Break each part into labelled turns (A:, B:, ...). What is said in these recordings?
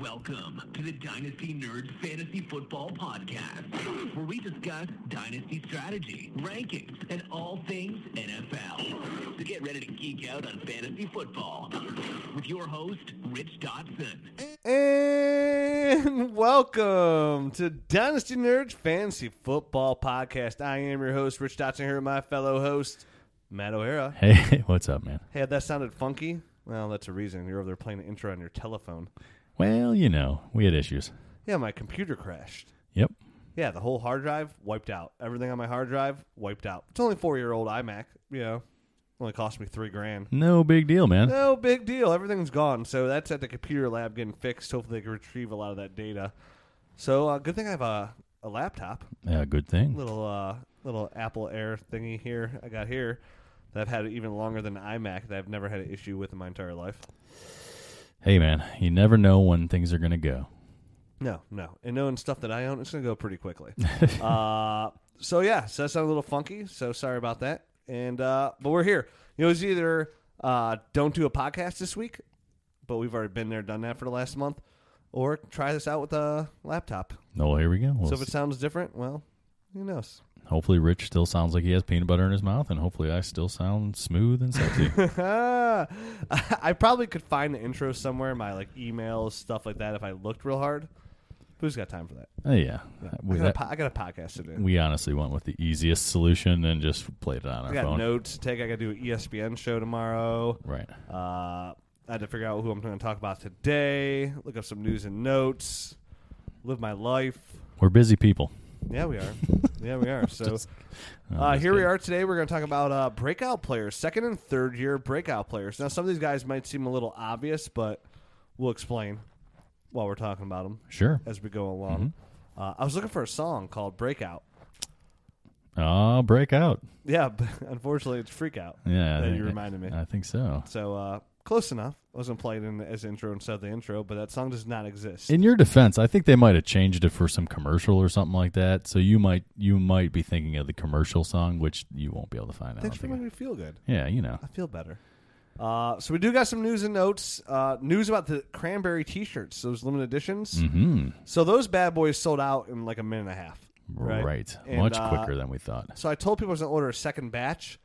A: Welcome to the Dynasty Nerds Fantasy Football Podcast, where we discuss dynasty strategy, rankings, and all things NFL. So get ready to geek out on fantasy football with your host, Rich Dotson.
B: And welcome to Dynasty Nerds Fantasy Football Podcast. I am your host, Rich Dotson, here with my fellow host, Matt O'Hara.
C: Hey, what's up, man?
B: Hey, if that sounded funky, well, that's a reason. You're over there playing an intro on your telephone.
C: Well, you know, we had issues.
B: Yeah, my computer crashed.
C: Yep.
B: Yeah, the whole hard drive wiped out. Everything on my hard drive wiped out. It's only four year old iMac, you know. Only cost me three grand.
C: No big deal, man.
B: No big deal. Everything's gone. So that's at the computer lab getting fixed. Hopefully, they can retrieve a lot of that data. So, uh, good thing I have a, a laptop,
C: Yeah, good thing.
B: little uh, little Apple Air thingy here. I got here that I've had even longer than iMac that I've never had an issue with in my entire life.
C: Hey, man, you never know when things are going to go.
B: No, no, and knowing stuff that I own, it's gonna go pretty quickly. uh, so yeah, so that sounded a little funky. So sorry about that. And uh, but we're here. You know, it's either uh, don't do a podcast this week, but we've already been there, done that for the last month, or try this out with a laptop.
C: Oh, here we go. We'll
B: So if it
C: s-
B: sounds different, well, who knows?
C: hopefully, Rich still sounds like he has peanut butter in his mouth, and hopefully, I still sound smooth and sexy.
B: I probably could find the intro somewhere, in my like emails, stuff like that, if I looked real hard. Who's got time for that?
C: Oh, yeah. We,
B: I got, a
C: that-
B: po- I got a podcast to do.
C: we honestly went with the easiest solution and just played it on
B: I
C: our
B: got
C: phone.
B: notes to take. I got to do an E ESPN show tomorrow.
C: Right.
B: Uh, I had to figure out who I'm going to talk about today. Look up some news and notes. Live my life.
C: We're busy people.
B: Yeah, we are. Yeah, we are. So
C: No,
B: uh,
C: just
B: here we
C: kidding.
B: are today. We're going to talk about uh, breakout players, second and third year breakout players. Now, some of these guys might seem a little obvious, but we'll explain while we're talking about them
C: Sure.
B: as we go along.
C: Mm-hmm.
B: Uh, I was looking for a song called Breakout.
C: Oh, break out.
B: Yeah, but unfortunately, it's Freak Out.
C: Yeah. I
B: that
C: think-
B: you reminded me.
C: I think so.
B: So uh, close enough. I was gonna play it in as intro instead of the intro, but that song does not exist.
C: In your defense, I think they might have changed it for some commercial or something like that. So you might you might be thinking of the commercial song, which you won't be able to find. I
B: Thanks
C: don't
B: for
C: think.
B: making me feel good.
C: yeah, you know.
B: I feel better. Uh, so we do got some news and notes. Uh, news about the cranberry T-shirts, those limited editions.
C: Hmm.
B: So those bad boys sold out in like a minute and a half.
C: Right.
B: And,
C: Much
B: uh,
C: quicker than we thought.
B: So I told people I was gonna order a second batch,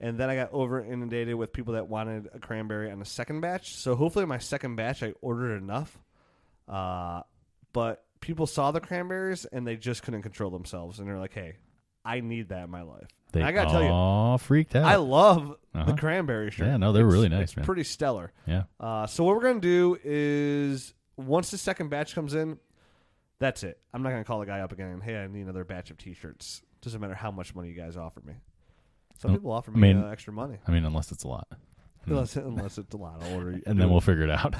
B: and then I got over inundated with people that wanted a cranberry on the second batch. So hopefully, my second batch I ordered enough. Uh, but people saw the cranberries and they just couldn't control themselves, and they're like, "Hey, I need that in my life."
C: They
B: And I gotta tell you,
C: all freaked out.
B: I love the
C: Uh-huh.
B: cranberry shirt.
C: yeah, no, they're really nice,
B: it's
C: man.
B: pretty stellar.
C: yeah.
B: Uh, so what we're gonna do is once the second batch comes in, that's it. I'm not gonna call the guy up again. and, Hey, I need another batch of T-shirts. Doesn't matter how much money you guys offer me. Some
C: Oh,
B: people offer
C: I
B: me
C: mean-
B: uh, extra money
C: I mean, unless it's a lot,
B: unless, unless it's a lot of order.
C: and then we'll figure it out.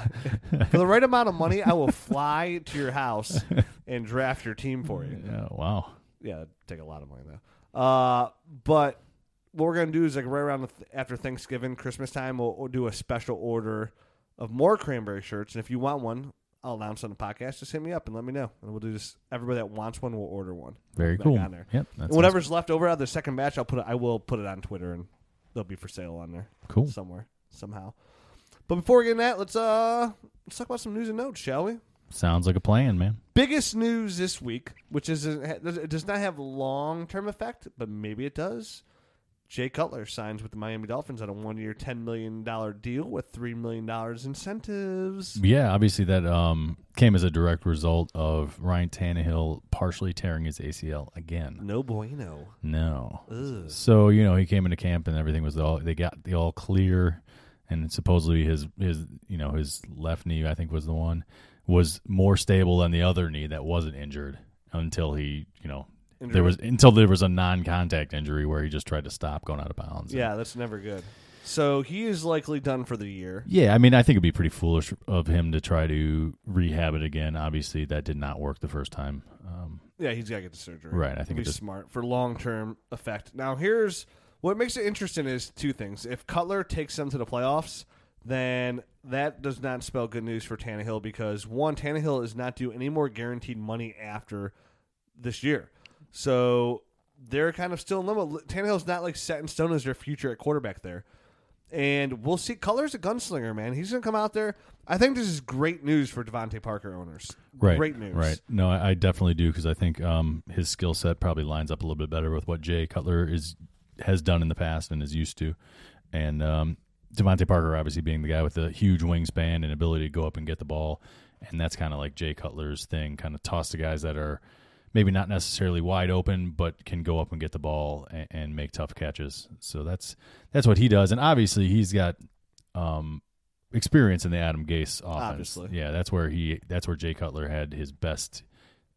B: for the right amount of money, I will fly to your house and draft your team for you.
C: yeah, wow.
B: Yeah, that'd take a lot of money though. Uh, but what we're gonna do is like right around the th- after Thanksgiving, Christmas time, we'll, we'll do a special order of more cranberry shirts. And if you want one, I'll announce on the podcast. Just hit me up and let me know, and we'll do this. Everybody that wants one will order one.
C: Very
B: Back
C: cool.
B: on there.
C: Yep. That's
B: and whatever's left over out of the second batch, I'll put it. I will put it on Twitter, and they'll be for sale on there
C: cool.
B: somewhere somehow. But before we get into that, let's uh let's talk about some news and notes, shall we?
C: Sounds like a plan, man.
B: biggest news this week, which is it does not have long term effect, but maybe it does. Jay Cutler signs with the Miami Dolphins on a one year, ten million dollar deal with three million dollars incentives.
C: Yeah, obviously that um, came as a direct result of Ryan Tannehill partially tearing his ACL again.
B: No bueno.
C: No.
B: Ugh.
C: So you know he came into camp and everything was all they got the all clear, and supposedly his his you know his left knee I think was the one was more stable than the other knee that wasn't injured until he you know
B: Injured.
C: there was until there was a non-contact injury where he just tried to stop going out of bounds.
B: Yeah, that's never good. So he is likely done for the year.
C: Yeah, I mean, I think it'd be pretty foolish of him to try to rehab it again. Obviously, that did not work the first time. Um,
B: Yeah, he's got to get the surgery.
C: Right, I think
B: be
C: it just-
B: smart for long term effect. Now, here's what makes it interesting is two things. If Cutler takes them to the playoffs, then that does not spell good news for Tannehill because one, Tannehill is not due any more guaranteed money after this year, so they're kind of still in limbo. Tannehill's not like set in stone as their future at quarterback there. And we'll see. Color's a gunslinger, man. He's going to come out there. I think this is great news for Devontae Parker owners.
C: Right.
B: Great news.
C: Right. No, I, I definitely do because I think um, his skill set probably lines up a little bit better with what Jay Cutler is has done in the past and is used to, and um, Devontae Parker obviously being the guy with the huge wingspan and ability to go up and get the ball, and that's kind of like Jay Cutler's thing, kind of toss to guys that are maybe not necessarily wide open but can go up and get the ball and, and make tough catches. So that's that's what he does, and obviously he's got. Um, experience in the Adam Gase offense.
B: Obviously.
C: Yeah, that's where he that's where Jay Cutler had his best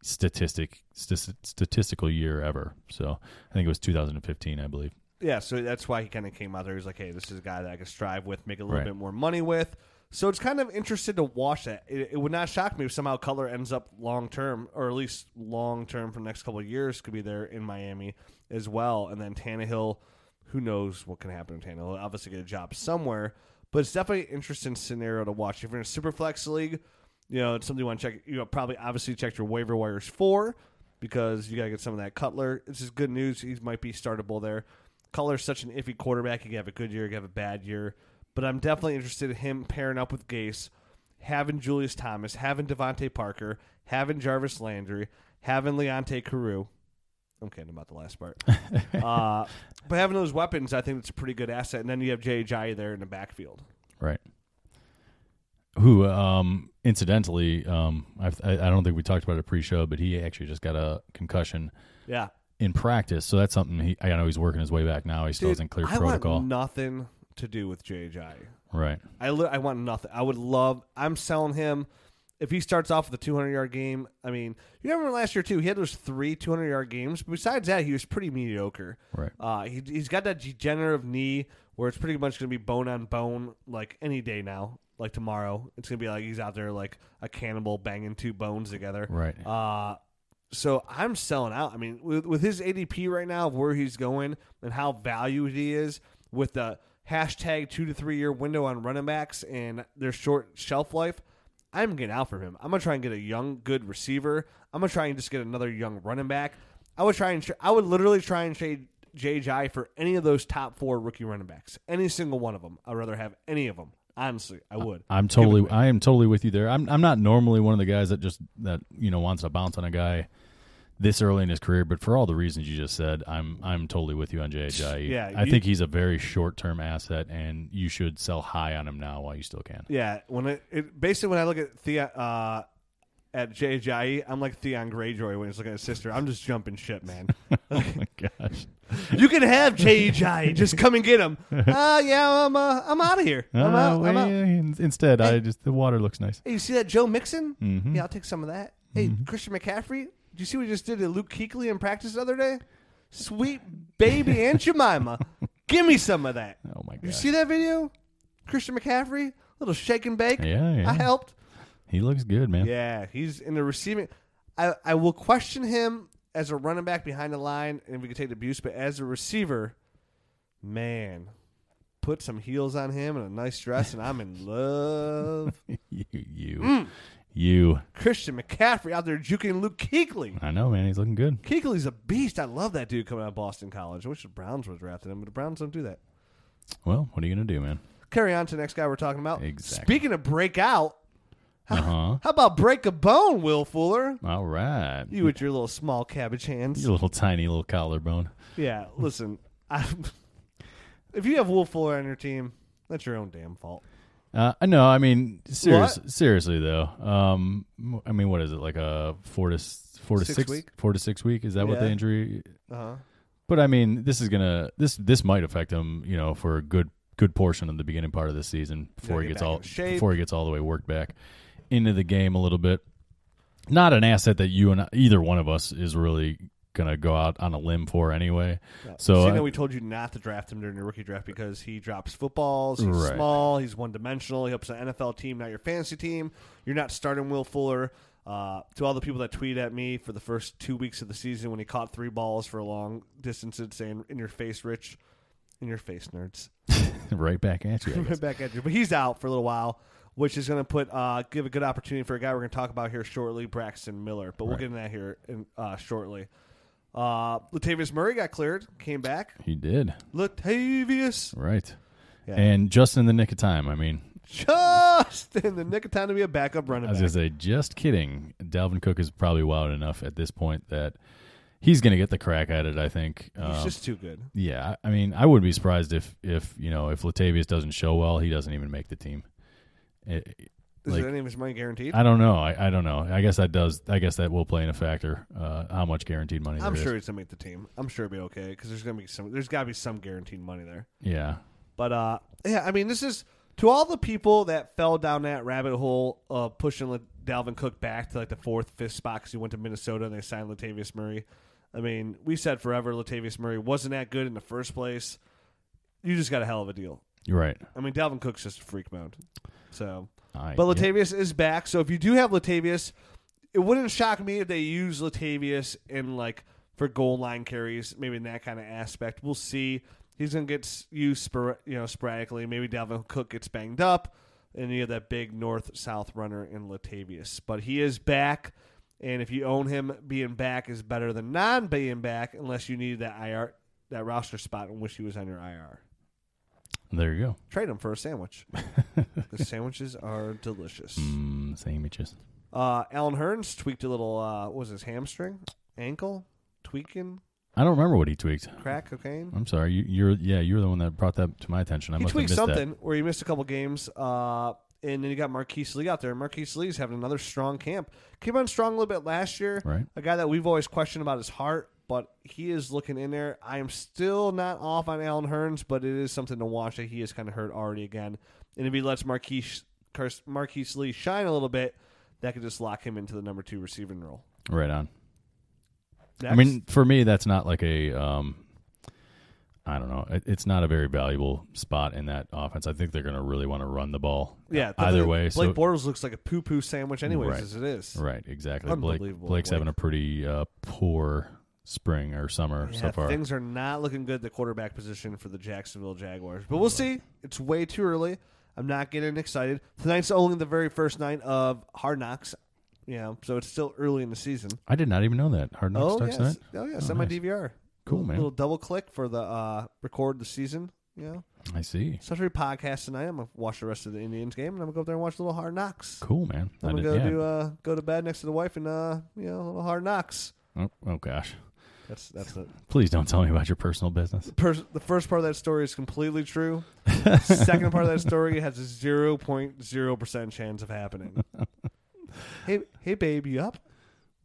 C: statistic st- statistical year ever. So I think it was 2015, I believe.
B: Yeah, so that's why he kind of came out there. He's like, hey, this is a guy that I can strive with, make a little
C: Right.
B: bit more money with. So it's kind of interested to watch that. It, it would not shock me if somehow Color ends up long term, or at least long term for the next couple of years, could be there in Miami as well. And then Tannehill, who knows what can happen to Tannehill? He'll obviously get a job somewhere, but it's definitely an interesting scenario to watch. If you're in a super flex league, you know, it's something you want to check. You know, probably obviously checked your waiver wires for because you got to get some of that Cutler. This is good news. He might be startable there. Cutler's such an iffy quarterback. You can have a good year, you can have a bad year. But I'm definitely interested in him pairing up with Gase, having Julius Thomas, having Devontae Parker, having Jarvis Landry, having Leonte Carew. I'm kidding about the last part. uh, but having those weapons, I think it's a pretty good asset. And then you have Jay Ajayi there in the backfield.
C: Right. Who, um, incidentally, um, I've, I, I don't think we talked about it pre-show, but he actually just got a concussion
B: Yeah.
C: in practice. So that's something he, I know he's working his way back now. He still
B: Dude,
C: hasn't cleared
B: I
C: protocol.
B: want nothing to do with Jay Ajayi.
C: right.
B: I li- I want nothing. I would love. I'm selling him. If he starts off with a 200 yard game, I mean, you remember last year too. He had those three 200 yard games. Besides that, he was pretty mediocre.
C: Right.
B: Uh, he, he's got that degenerative knee where it's pretty much going to be bone on bone like any day now. Like tomorrow, it's going to be like he's out there like a cannibal banging two bones together.
C: Right.
B: Uh, so I'm selling out. I mean, with, with his ADP right now, of where he's going and how valued he is, with the hashtag two to three year window on running backs and their short shelf life, I'm getting out from him. I'm gonna try and get a young, good receiver. I'm gonna try and just get another young running back. I would try and tra- I would literally try and trade JJ for any of those top four rookie running backs, any single one of them. I'd rather have any of them. Honestly, I would.
C: I'm
B: Give it
C: totally
B: away.
C: I am totally with you there. I'm I'm not normally one of the guys that just that you know wants to bounce on a guy this early in his career, but for all the reasons you just said, I'm I'm totally with you on Jay Ajayi.
B: Yeah,
C: I
B: you-
C: think he's a very short term asset, and you should sell high on him now while you still can.
B: Yeah, when it, it basically when I look at Thea uh, at JJE, E, I'm like Theon Greyjoy when he's looking at his sister. I'm just jumping shit, man.
C: oh my gosh,
B: you can have JJE, E, just come and get him. Uh, yeah, I'm uh, I'm out of here. I'm
C: Uh,
B: out.
C: well,
B: I'm out.
C: yeah, in- Instead, I just the water looks nice.
B: Hey, you see that Joe Mixon?
C: Mhm.
B: Yeah, I'll take some of that. Hey,
C: Mm-hmm.
B: Christian McCaffrey, did you see what he just did to Luke Kuechly in practice the other day? Sweet baby Aunt Jemima, give me some of that.
C: Oh my
B: You
C: gosh,
B: see that video? Christian McCaffrey, little shake and bake.
C: Yeah, yeah.
B: I helped.
C: he looks good, man.
B: Yeah, he's in the receiving. I, I will question him as a running back behind the line, and we can take the abuse. But as a receiver, man, put some heels on him and a nice dress, and I'm in love.
C: you, you,
B: Mm.
C: you.
B: Christian McCaffrey out there juking Luke Kuechly.
C: I know, man. He's looking good.
B: Kuechly's a beast. I love that dude coming out of Boston College. I wish the Browns would have drafted him, but the Browns don't do that.
C: Well, what are you gonna do, man?
B: Carry on to the next guy we're talking about.
C: Exactly.
B: Speaking of breakout,
C: Uh huh.
B: how about break a bone, Will Fuller?
C: All right.
B: You with your little small cabbage hands.
C: Your little tiny little collarbone.
B: Yeah, listen, i if you have Will Fuller on your team, that's your own damn fault.
C: Uh, no, I mean serious, seriously though. Um, I mean, what is it like a four to s- four to
B: Six
C: six,
B: week?
C: four to six week? Is that what the
B: Yeah.
C: injury?
B: Uh huh.
C: But I mean, this is gonna this this might affect him, you know, for a good good portion of the beginning part of the season before
B: get
C: he gets
B: back
C: all
B: in shape.
C: before he gets all the way worked back into the game a little bit. Not an asset that you and I, either one of us is really gonna go out on a limb for anyway. So uh,
B: So
C: I-
B: you know, we told you not to draft him during the rookie draft because he drops footballs. He's
C: Right.
B: small. He's one dimensional. He helps an NFL team, not your fantasy team. You're not starting Will Fuller. Uh, to all the people that tweeted at me for the first two weeks of the season when he caught three balls for long distances, saying "in your face, Rich," "in your face, nerds."
C: right back at you. I guess.
B: Right back at you. But he's out for a little while, which is going to put uh, give a good opportunity for a guy we're going to talk about here shortly, Braxton Miller. But we'll get into that here in, uh, shortly. Uh, Latavius Murray got cleared, came back.
C: he did
B: Latavius,
C: right.
B: Yeah.
C: and just in the nick of time. I mean,
B: Just in the nick of time to be a backup running
C: I was
B: back.
C: gonna say, just kidding. Dalvin Cook is probably wild enough at this point that he's gonna get the crack at it. I think.
B: He's
C: Um,
B: just too good.
C: yeah, I I mean, I wouldn't be surprised if if you know if Latavius doesn't show well, he doesn't even make the team. It-
B: Is
C: like-
B: there any of his money guaranteed?
C: I don't know. I, I don't know. I guess that does. I guess that will play in a factor. Uh, how much guaranteed money?
B: I'm
C: there is.
B: sure he's gonna make the team. I'm sure it'll be okay because there's gonna be some. There's gotta be some guaranteed money there.
C: Yeah.
B: But uh, yeah, I mean, this is to all the people that fell down that rabbit hole of pushing Le- Dalvin Cook back to like the fourth, fifth spot because he went to Minnesota and they signed Latavius Murray. I mean, we said forever Latavius Murray wasn't that good in the first place. You just got a hell of a deal.
C: You're right.
B: I mean, Dalvin Cook's just a freak mode. So,
C: I,
B: but Latavius is back. So if you do have Latavius, it wouldn't shock me if they use Latavius in like for goal line carries, maybe in that kind of aspect. We'll see. He's gonna get s- used, spor- you know, sporadically. Maybe Dalvin Cook gets banged up, and you have that big north south runner in Latavius. But he is back, and if you own him, being back is better than non being back, unless you need that IR that roster spot in which he was on your IR.
C: there you go.
B: Trade him for a sandwich. the sandwiches are delicious.
C: Mm, sandwiches.
B: Uh, Alan Hearns tweaked a little. Uh, what was his hamstring, ankle, tweaking,
C: I don't remember what he tweaked.
B: crack cocaine.
C: I'm sorry. You, you're yeah. You're the one that brought that to my attention. Mm, I
B: He
C: must have
B: tweaked
C: missed
B: something where he missed a couple games. Uh, and then you got Marquise Lee out there. Marquise Lee's having another strong camp. Came on strong a little bit last year.
C: that. Right.
B: A guy that we've always questioned about his heart, but he is looking in there. I am still not off on Alan Hearns, but it is something to watch that he is kind of hurt already again. And if he lets Marquise, Cars- Marquise Lee shine a little bit, that could just lock him into the number two receiving role.
C: Right on. I
B: Next.
C: mean, for me, that's not like a. Um, I don't know. It, it's not a very valuable spot in that offense. I think they're going to really want to run the ball.
B: Yeah.
C: Either
B: definitely.
C: way,
B: Blake
C: so
B: Bortles looks like a poo poo sandwich, anyways,
C: Right.
B: as it is.
C: right, exactly. Blake,
B: Unbelievable,
C: Blake's
B: Blake.
C: having a pretty uh, poor spring or summer
B: Yeah,
C: so far.
B: Things are not looking good at the quarterback position for the Jacksonville Jaguars. But we'll see. It's way too early. I'm not getting excited. Tonight's only the very first night of Hard Knocks. Yeah, so it's still early in the season.
C: I did not even know that. Hard Knocks
B: Oh
C: starts
B: yes.
C: tonight.
B: oh yes,
C: Oh,
B: on my
C: nice.
B: DVR.
C: Cool,
B: little,
C: man.
B: Little double click for the uh, record the season. Yeah,
C: I see.
B: so every podcast tonight, I'm gonna watch the rest of the Indians game, and I'm gonna go up there and watch a little Hard Knocks.
C: Cool, man. I
B: I'm gonna
C: did-
B: go
C: yeah.
B: to uh, go to bed next to the wife and uh, you know a little Hard Knocks.
C: Oh, oh gosh.
B: That's that's it.
C: Please don't tell me about your personal business.
B: pers- the first part of that story is completely true. Second part of that story has a zero point zero percent chance of happening. hey, hey, babe, you up?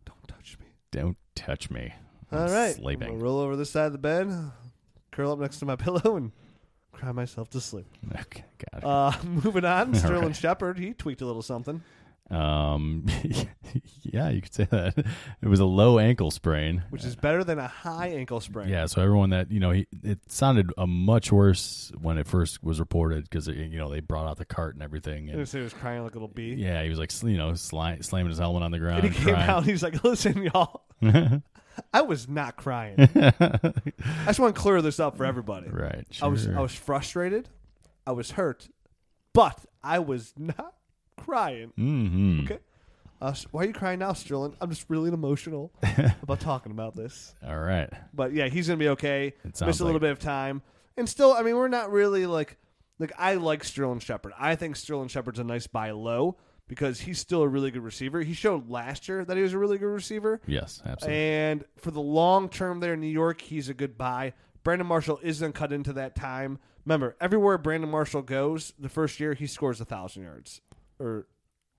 B: Don't touch me.
C: Don't touch me. I'm
B: All right, I'm gonna
C: Sleeping.
B: roll over this side of the bed, curl up next to my pillow, and cry myself to sleep.
C: Okay, got it.
B: Uh, moving on, Sterling
C: right.
B: Shepard, he tweaked a little something.
C: um, yeah, you could say that. It was a low ankle sprain.
B: Which is better than a high ankle sprain.
C: Yeah, so everyone that you know, he, it sounded a much worse when it first was reported because you know they brought out the cart and everything.
B: And
C: And,
B: so he was crying like a little bee.
C: yeah, he was like, sl- you know, sli- slamming his helmet on the ground.
B: And he came
C: crying.
B: out. He's like, "Listen, y'all, I was not crying. I just want to clear this up for everybody.
C: right.
B: I was
C: sure.
B: I was frustrated, I was hurt, but I was not crying.
C: Mhm.
B: Okay, uh, s- why are you crying now, Sterling? I'm just really emotional about talking about this.
C: All right.
B: But yeah, he's gonna be okay. Miss a
C: sounds
B: little
C: like-
B: bit of time, and still, I mean, we're not really like like I like Sterling Shepard. I think Sterling Shepard's a nice buy low because he's still a really good receiver. He showed last year that he was a really good receiver.
C: Yes, absolutely.
B: And for the long term there in New York, he's a good buy. Brandon Marshall isn't cut into that time. Remember, everywhere Brandon Marshall goes, the first year he scores a thousand yards or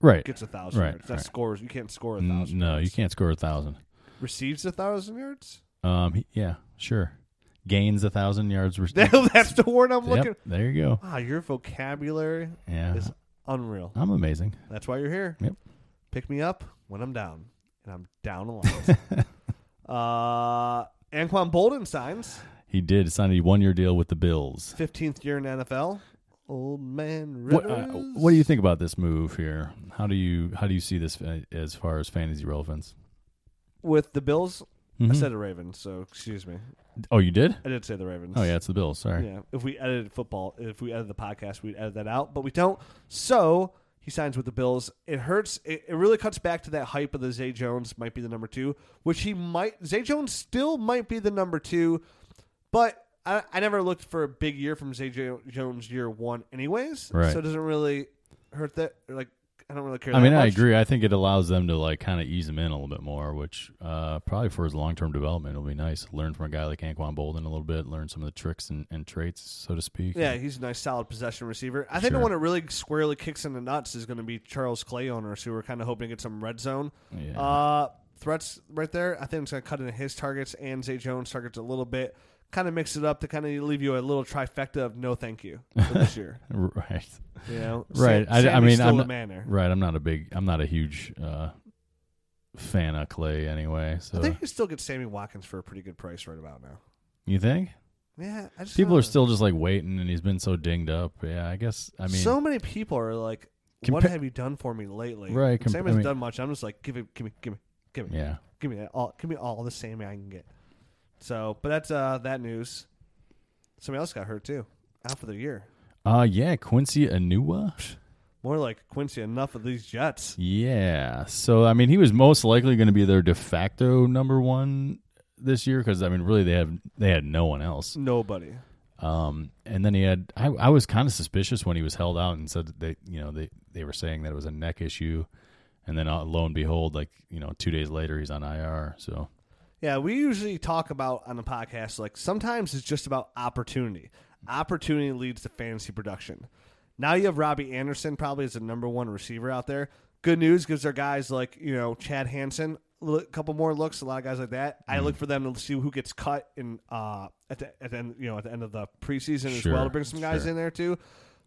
C: right.
B: gets a thousand
C: Right,
B: yards. That
C: right.
B: scores. You can't score a
C: N-
B: thousand.
C: No, you can't score a thousand.
B: Receives a thousand yards.
C: Um, he- yeah, sure. Gains a thousand yards. Re-
B: That's the word I'm looking.
C: yep, there you go.
B: Ah, your vocabulary
C: Yeah,
B: is unreal.
C: I'm amazing.
B: That's why you're here.
C: Uh-huh. Yep.
B: Pick me up when I'm down, and I'm down a lot. uh, Anquan Bolden signs.
C: He did sign a one year deal with the Bills.
B: 15th year in NFL. Old man
C: What,
B: Rivers.
C: uh, what do you think about this move here? How do you how do you see this uh, as far as fantasy relevance?
B: With the Bills, I
C: Mhm.
B: said the Ravens, so excuse me.
C: Oh, you did?
B: I did say the Ravens.
C: Oh yeah, it's the Bills. Sorry.
B: Yeah. If we edited football, if we edited the podcast, we'd edit that out, but we don't. So he signs with the Bills. It hurts. It, it really cuts back to that hype of the Zay Jones might be the number two, which he might. Zay Jones still might be the number two, but I, I never looked for a big year from Zay Jo- Jones year one, anyways.
C: Right.
B: So it doesn't really hurt that. or, Like I don't really care.
C: I
B: that
C: mean, I
B: much.
C: agree. I think it allows them to like kind of ease him in a little bit more, which uh, probably for his long term development will be nice. Learn from a guy like Anquan Bolden a little bit, learn some of the tricks and, and traits, so to speak.
B: Yeah, he's a nice, solid possession receiver. I think the
C: Sure.
B: one that really squarely kicks in the nuts is going to be Charles Clay owners, who are kind of hoping to get some red zone
C: Yeah.
B: uh, threats right there. I think it's going to cut into his targets and Zay Jones' targets a little bit. Kind of mix it up to kind of leave you a little trifecta of no thank you for this year.
C: right.
B: You know,
C: Right. I- I
B: Sammy's
C: mean,
B: still
C: I'm
B: the
C: not-
B: man there.
C: Right. I'm not a big, I'm not a huge uh, fan of Clay anyway. So
B: I think you still get Sammy Watkins for a pretty good price right about now.
C: you think
B: Yeah, I just
C: people
B: don't
C: are
B: know.
C: still just like waiting, and he's been so dinged up. Yeah. I guess. I mean,
B: so many people are like, "What
C: Compa-
B: have you done for me lately?"
C: Right, compa-
B: Sam
C: I
B: hasn't
C: mean-
B: done much. I'm just like, give it, give me, give me, give me,
C: yeah.
B: give me that all, give me all the Sammy I can get. So, but that's uh that news. Somebody else got hurt too, out for the year.
C: Uh yeah. Quincy Anua.
B: More like Quincy. Enough of these Jets.
C: Yeah. So I mean, he was most likely going to be their de facto number one this year because I mean, really, they have they had no one else.
B: Nobody.
C: Um, and then he had I, I was kind of suspicious when he was held out and said that they you know they they were saying that it was a neck issue, and then uh, lo and behold, like you know, two days later he's on IR. So
B: Yeah, we usually talk about on the podcast like sometimes it's just about opportunity. Opportunity leads to fantasy production. Now you have Robbie Anderson probably as the number one receiver out there. Good news gives our guys like you know Chad Hansen a couple more looks. A lot of guys like that. I
C: Mm-hmm.
B: look for them to see who gets cut in uh at the at the end, you know at the end of the preseason as well
C: Sure,
B: to bring some guys
C: sure.
B: in there too.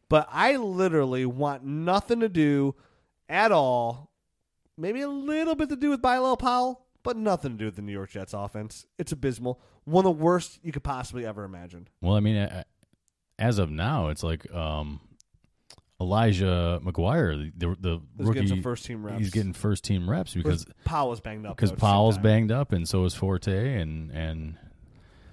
B: But I literally want nothing to do at all maybe a little bit to do with Bilal Powell, but nothing to do with the New York Jets offense. It's abysmal. One of the worst you could possibly ever imagine.
C: well, I mean, I, I- as of now, it's like um, Elijah McGuire, the the
B: He's
C: rookie,
B: getting some first team reps.
C: he's getting first team reps because
B: Powell's banged up.
C: because
B: though, at the same
C: Powell's
B: time.
C: banged up, and so is Forte, and and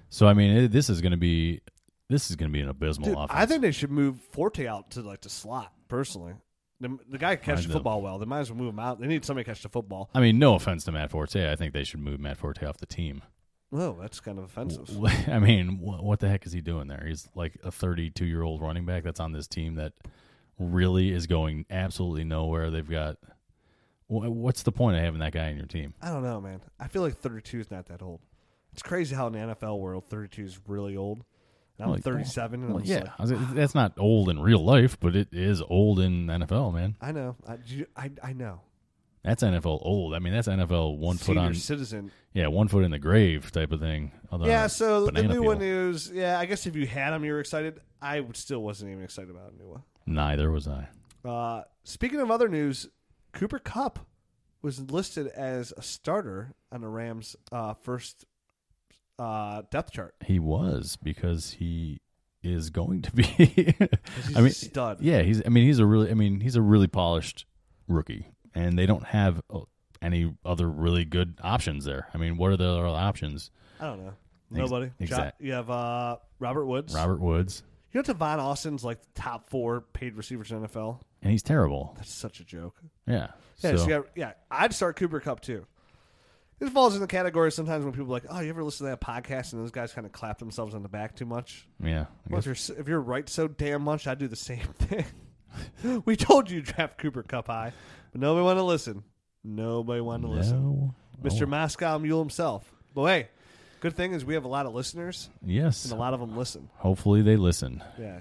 C: so I mean, it, this is going to be this is going to be an abysmal
B: Dude,
C: offense.
B: I think they should move Forte out to like the slot. Personally, the, the guy can
C: I
B: catch the
C: know.
B: football well. They might as well move him out. They need somebody to catch the football.
C: I mean, no offense to Matt Forte, I think they should move Matt Forte off the team.
B: Whoa, that's kind of offensive.
C: I mean, wh- what the heck is he doing there? He's like a 32 year old running back that's on this team that really is going absolutely nowhere. They've got wh- what's the point of having that guy in your team?
B: I don't know, man. I feel like 32 is not that old. It's crazy how in the NFL world 32 is really old. And I'm
C: Well,
B: 37, and I'm
C: oh, Well,
B: just
C: yeah,
B: like,
C: I was like, that's not old in real life, but it is old in NFL, man.
B: I know, I, you- I, I know.
C: That's NFL old. I mean, that's NFL one foot
B: Senior
C: on
B: citizen
C: Yeah, one foot in the grave type of thing. Although,
B: Yeah, so the
C: banana
B: new
C: peel.
B: one is yeah. I guess if you had them, you were excited. I would- still wasn't even excited about a new one.
C: neither was I.
B: Uh, speaking of other news, Cooper Cup was listed as a starter on the Rams' uh, first uh, depth chart.
C: He was because he is going to be.
B: He's
C: I mean,
B: a stud.
C: yeah, he's. I mean, he's a really. I mean, he's a really polished rookie, and they don't have uh, any other really good options there. I mean, what are the other options?
B: I don't know.
C: Ex-
B: Nobody.
C: exact-
B: Jo- you have uh, Robert Woods.
C: Robert Woods,
B: You know Devon Austin's like the top four paid receivers in the NFL.
C: and he's terrible.
B: That's such a joke.
C: Yeah.
B: Yeah, so
C: so,
B: you got- yeah, I'd start Cooper Cup too. This falls in the category sometimes when people are like, oh, you ever listen to that podcast and those guys kind of clap themselves on the back too much.
C: yeah. I
B: Well, if
C: guess-
B: you're s- if you're right so damn much, I do the same thing. we told you to draft Cooper Cup high, but nobody wanted to listen. Nobody wanted to listen.
C: no.
B: Mr.
C: Oh,
B: Moscow Mule himself. But hey, good thing is we have a lot of listeners
C: Oh, yes.
B: and a lot of them listen.
C: Hopefully they listen.
B: Yeah,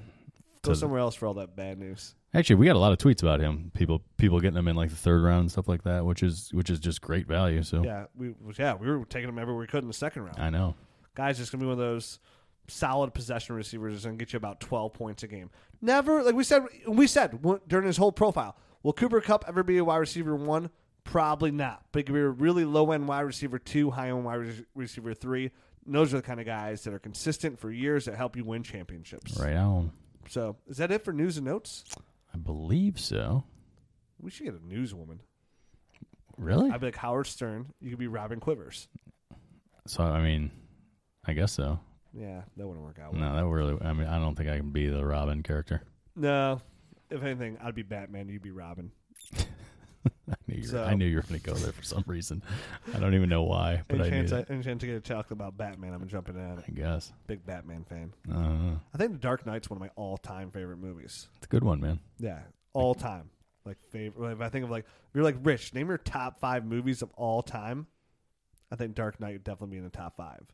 B: go
C: Does-
B: somewhere else for all that bad news.
C: Actually, we got a lot of tweets about him. People, people getting him in like the third round and stuff like that, which is which is just great value. So
B: Yeah, we yeah we were taking them everywhere we could in the second round.
C: I know.
B: guy's just gonna be one of those solid possession receivers that's gonna get you about twelve points a game. Never, like we said, we said w- during his whole profile, will Cooper Cup ever be a wide receiver one? Probably not. But he could be a really low end wide receiver two, high end wide re- receiver three. And those are the kind of guys that are consistent for years that help you win championships.
C: Right on.
B: So, is that it for news and notes?
C: I believe so.
B: We should get a newswoman.
C: Really?
B: I'd be like Howard Stern. You could be Robin Quivers.
C: so I mean, I guess so.
B: Yeah, that wouldn't work out. well.
C: No, that really. I mean, I don't think I can be the Robin character.
B: No. If anything, I'd be Batman. You'd be Robin.
C: I knew you.
B: So-
C: Were, I knew you were going to go there for some reason. I don't even know why, but
B: Any
C: I knew.
B: chance, I,
C: it,
B: any chance I get to talk about Batman, I'm jumping in.
C: I guess.
B: Big Batman fan.
C: Uh,
B: I think The Dark Knight's one of my all-time favorite movies.
C: it's a good one, man.
B: Yeah, all time. Like favorite. If I think of like, if you're like Rich, name your top five movies of all time. I think Dark Knight would definitely be in the top five.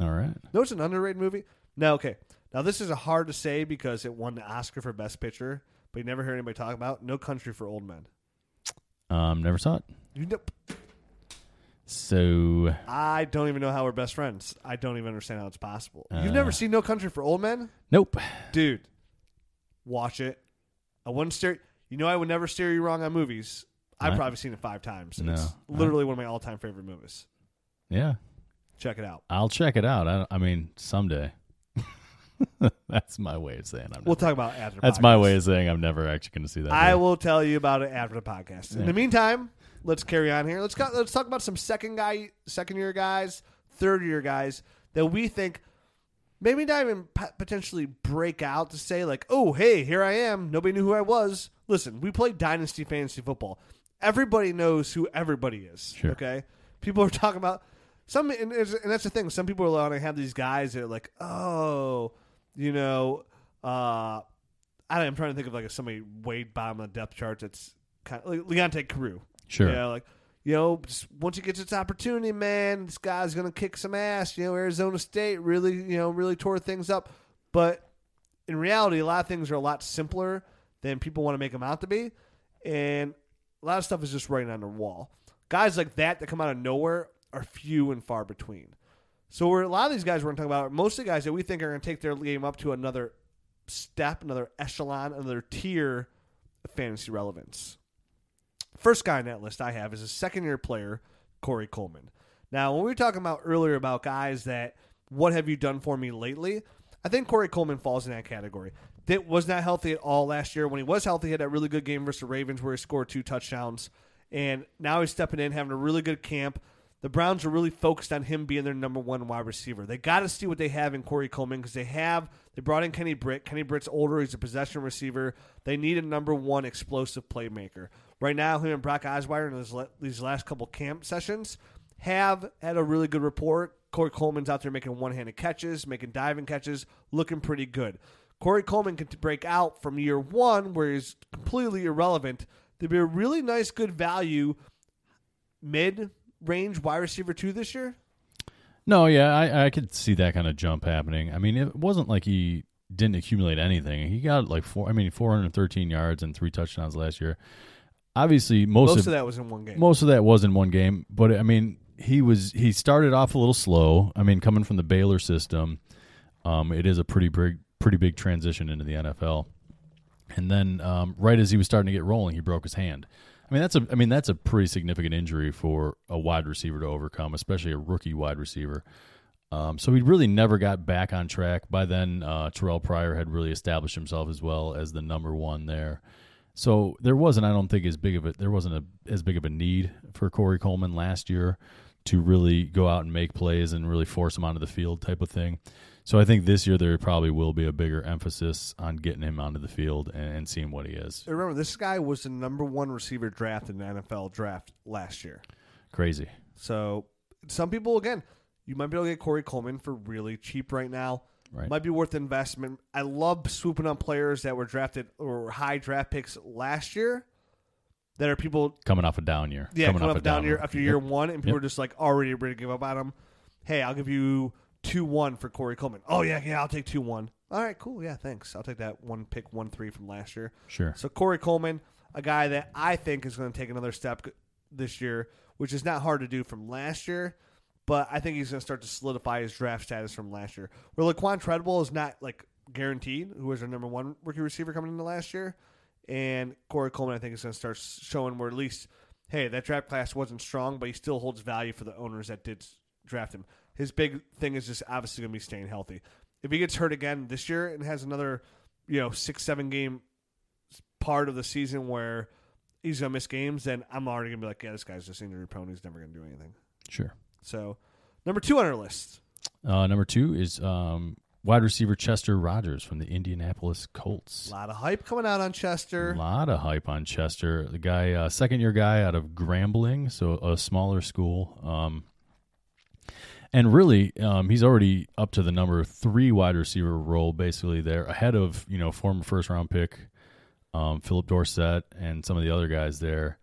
C: All right.
B: No, it's an underrated movie. No, okay. Now this is a hard to say because it won the Oscar for Best Picture, but you never hear anybody talk about No Country for Old Men.
C: Um, never saw it.
B: You know,
C: So
B: I don't even know how we're best friends. I don't even understand how it's possible. You've never
C: Uh.
B: seen No Country for Old Men,
C: nope.
B: dude? Watch it. I wouldn't steer. You know, I would never steer you wrong on movies. I've
C: Right.
B: probably seen it five times.
C: No.
B: It's literally one of my all-time favorite movies.
C: Yeah,
B: Check it out.
C: I'll check it out. I, I mean, someday. That's my way of saying I'm.
B: We'll
C: never-
B: talk about it after. the
C: That's my
B: podcast.
C: way of saying I'm never actually going to see that.
B: I
C: movie.
B: will tell you about it after the podcast. In the meantime, let's carry on here. Let's go, let's talk about some second guy, second year guys, third year guys that we think maybe not even po- potentially break out to say like, oh hey, here I am. Nobody knew who I was. Listen, we play dynasty fantasy football. Everybody knows who everybody is.
C: Sure.
B: Okay, people are talking about some, and, it's- and that's the thing. Some people are going to have these guys that are like, oh, you know. uh I am trying to think of like a somebody way bottom of the depth chart that's kind of like Leonte Carew.
C: Sure.
B: You know, like you know, just once he gets his opportunity, man, this guy's gonna kick some ass. You know, Arizona State really, you know, really tore things up. But in reality, a lot of things are a lot simpler than people want to make them out to be, and a lot of stuff is just writing on the wall. Guys like that that come out of nowhere are few and far between. So where a lot of these guys we're going to talk about are mostly guys that we think are going to take their game up to another step, another echelon, another tier of fantasy relevance. First guy on that list I have is a second year player, Corey Coleman. Now, when we were talking about earlier about guys that what have you done for me lately, I think Corey Coleman falls in that category. That was not healthy at all last year. When he was healthy, he had that really good game versus the Ravens where he scored two touchdowns. And now he's stepping in, having a really good camp. The Browns are really focused on him being their number one wide receiver. They got to see what they have in Corey Coleman because they have they brought in Kenny Britt. Kenny Britt's older; he's a possession receiver. They need a number one explosive playmaker. Right now, him and Brock Osweiler in these la- these last couple camp sessions have had a really good report. Corey Coleman's out there making one handed catches, making diving catches, looking pretty good. Corey Coleman can t- break out from year one, where he's completely irrelevant, to be a really nice, good value mid range wide receiver two this year.
C: No, yeah, I, I could see that kind of jump happening. I mean, it wasn't like he didn't accumulate anything. He got like four. I mean, 413 yards and three touchdowns last year. Obviously, most,
B: Most
C: of,
B: of that was in one game.
C: most of that was in one game, but I mean, he was he started off a little slow. I mean, coming from the Baylor system, um, it is a pretty big pretty big transition into the NFL. And then um, right as he was starting to get rolling, he broke his hand. I mean, that's a I mean that's a pretty significant injury for a wide receiver to overcome, especially a rookie wide receiver. Um, so he really never got back on track. By then, uh, Terrell Pryor had really established himself as well as the number one there. So there wasn't, I don't think, as big of a there wasn't a, as big of a need for Corey Coleman last year to really go out and make plays and really force him onto the field type of thing. So I think this year there probably will be a bigger emphasis on getting him onto the field and, and seeing what he is.
B: Remember, this guy was the number one receiver draft in the NFL draft last year.
C: Crazy,
B: So some people, again, you might be able to get Corey Coleman for really cheap right now.
C: right?
B: Might be worth the investment. I love swooping on players that were drafted or were high draft picks last year that are people
C: coming off a down year.
B: Yeah, coming, up and down, year
C: year.
B: after year one, and people are just like already ready to give up on him. Hey, I'll give you two one for Corey Coleman. Oh yeah, yeah, I'll take two one. All right, cool. Yeah, thanks. I'll take that one pick one three from last year.
C: Sure.
B: So Corey Coleman, a guy that I think is going to take another step this year, which is not hard to do from last year, but I think he's going to start to solidify his draft status from last year. Where Laquan Treadwell is not like guaranteed, who was our number one rookie receiver coming into last year, and Corey Coleman I think is going to start showing where at least, hey, that draft class wasn't strong, but he still holds value for the owners that did draft him. His big thing is just obviously going to be staying healthy. If he gets hurt again this year and has another, you know, six seven game part of the season where he's gonna miss games, then I'm already gonna be like, yeah, this guy's just injury prone. He's never gonna do anything.
C: Sure.
B: So, number two on our list,
C: Uh, number two is um, wide receiver Chester Rogers from the Indianapolis Colts.
B: A lot of hype coming out on Chester.
C: A lot of hype on Chester. The guy, uh, second year guy out of Grambling, so a smaller school. Um, and really, um, he's already up to the number three wide receiver role, basically there ahead of you know former first round pick um, Philip Dorsett and some of the other guys there.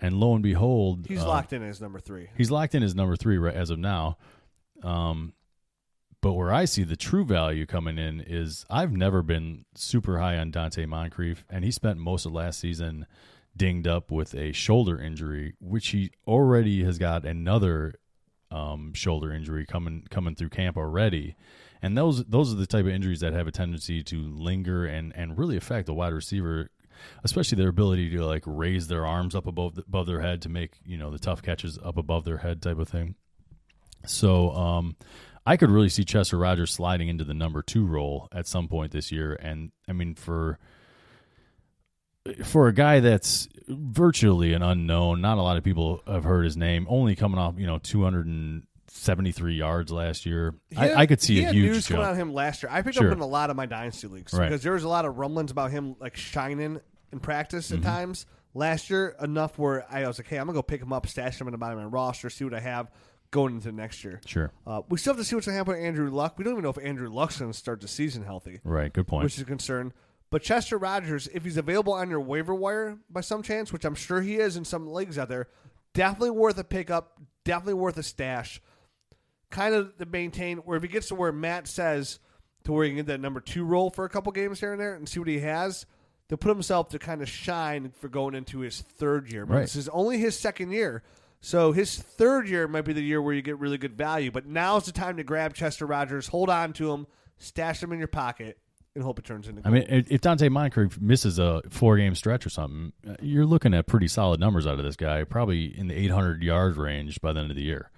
C: And lo and behold,
B: He's
C: uh,
B: locked in as number three.
C: He's locked in as number three right as of now. Um, but where I see the true value coming in is I've never been super high on Dante Moncrief, and he spent most of last season dinged up with a shoulder injury, which he already has got another um, shoulder injury coming coming through camp already. And those those are the type of injuries that have a tendency to linger and and really affect the wide receiver, especially their ability to like raise their arms up above above their head to make you know the tough catches up above their head type of thing. So um, I could really see Chester Rogers sliding into the number two role at some point this year, and I mean for for a guy that's virtually an unknown, not a lot of people have heard his name. Only coming off you know two hundred and seventy three yards last year,
B: He
C: I,
B: had-
C: I could see
B: he
C: a
B: had
C: huge
B: news
C: jump.
B: coming out of him last year. I picked
C: Sure.
B: up in a lot of my dynasty leagues
C: Right.
B: because there was a lot of rumblings about him like shining in practice
C: Mm-hmm.
B: at times last year. Enough where I was like, hey, I'm gonna go pick him up, stash him in the bottom of my roster, see what I have going into next year.
C: Sure.
B: Uh, we still have to see what's gonna happen with Andrew Luck. We don't even know if Andrew Luck's gonna start the season healthy,
C: Right. Good point.
B: which is a concern. But Chester Rogers, if he's available on your waiver wire by some chance, which I'm sure he is in some leagues out there, definitely worth a pickup, definitely worth a stash kind of to maintain where if he gets to where Matt says to where he can get that number two role for a couple games here and there and see what he has, to put himself to kind of shine for going into his third year. But
C: Right.
B: This is only his second year. So his third year might be the year where you get really good value. But now's the time to grab Chester Rogers, hold on to him, stash him in your pocket, and hope it turns into
C: I mean, if if Dante Moncrief misses a four game stretch or something, uh, you're looking at pretty solid numbers out of this guy, probably in the 800 yard range by the end of the year,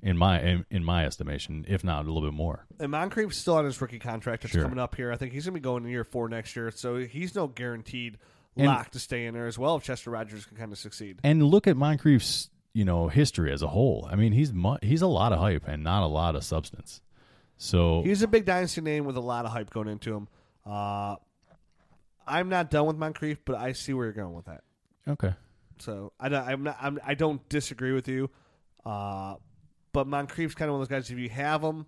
C: in my in, in my estimation, if not a little bit more.
B: And Moncrief's still on his rookie contract that's
C: Sure.
B: coming up here. I think he's going to be going in year four next year. So he's no guaranteed
C: And-
B: lock to stay in there as well if Chester Rogers can kind of succeed.
C: And look at Moncrief's you know history as a whole. I mean, he's mu- he's a lot of hype and not a lot of substance. So
B: He's a big dynasty name with a lot of hype going into him. Uh, I'm not done with Moncrief, but I see where you're going with that.
C: okay,
B: So I don't, I'm not, I'm, I don't disagree with you. Uh, but Moncrief's kind of one of those guys. If you have him,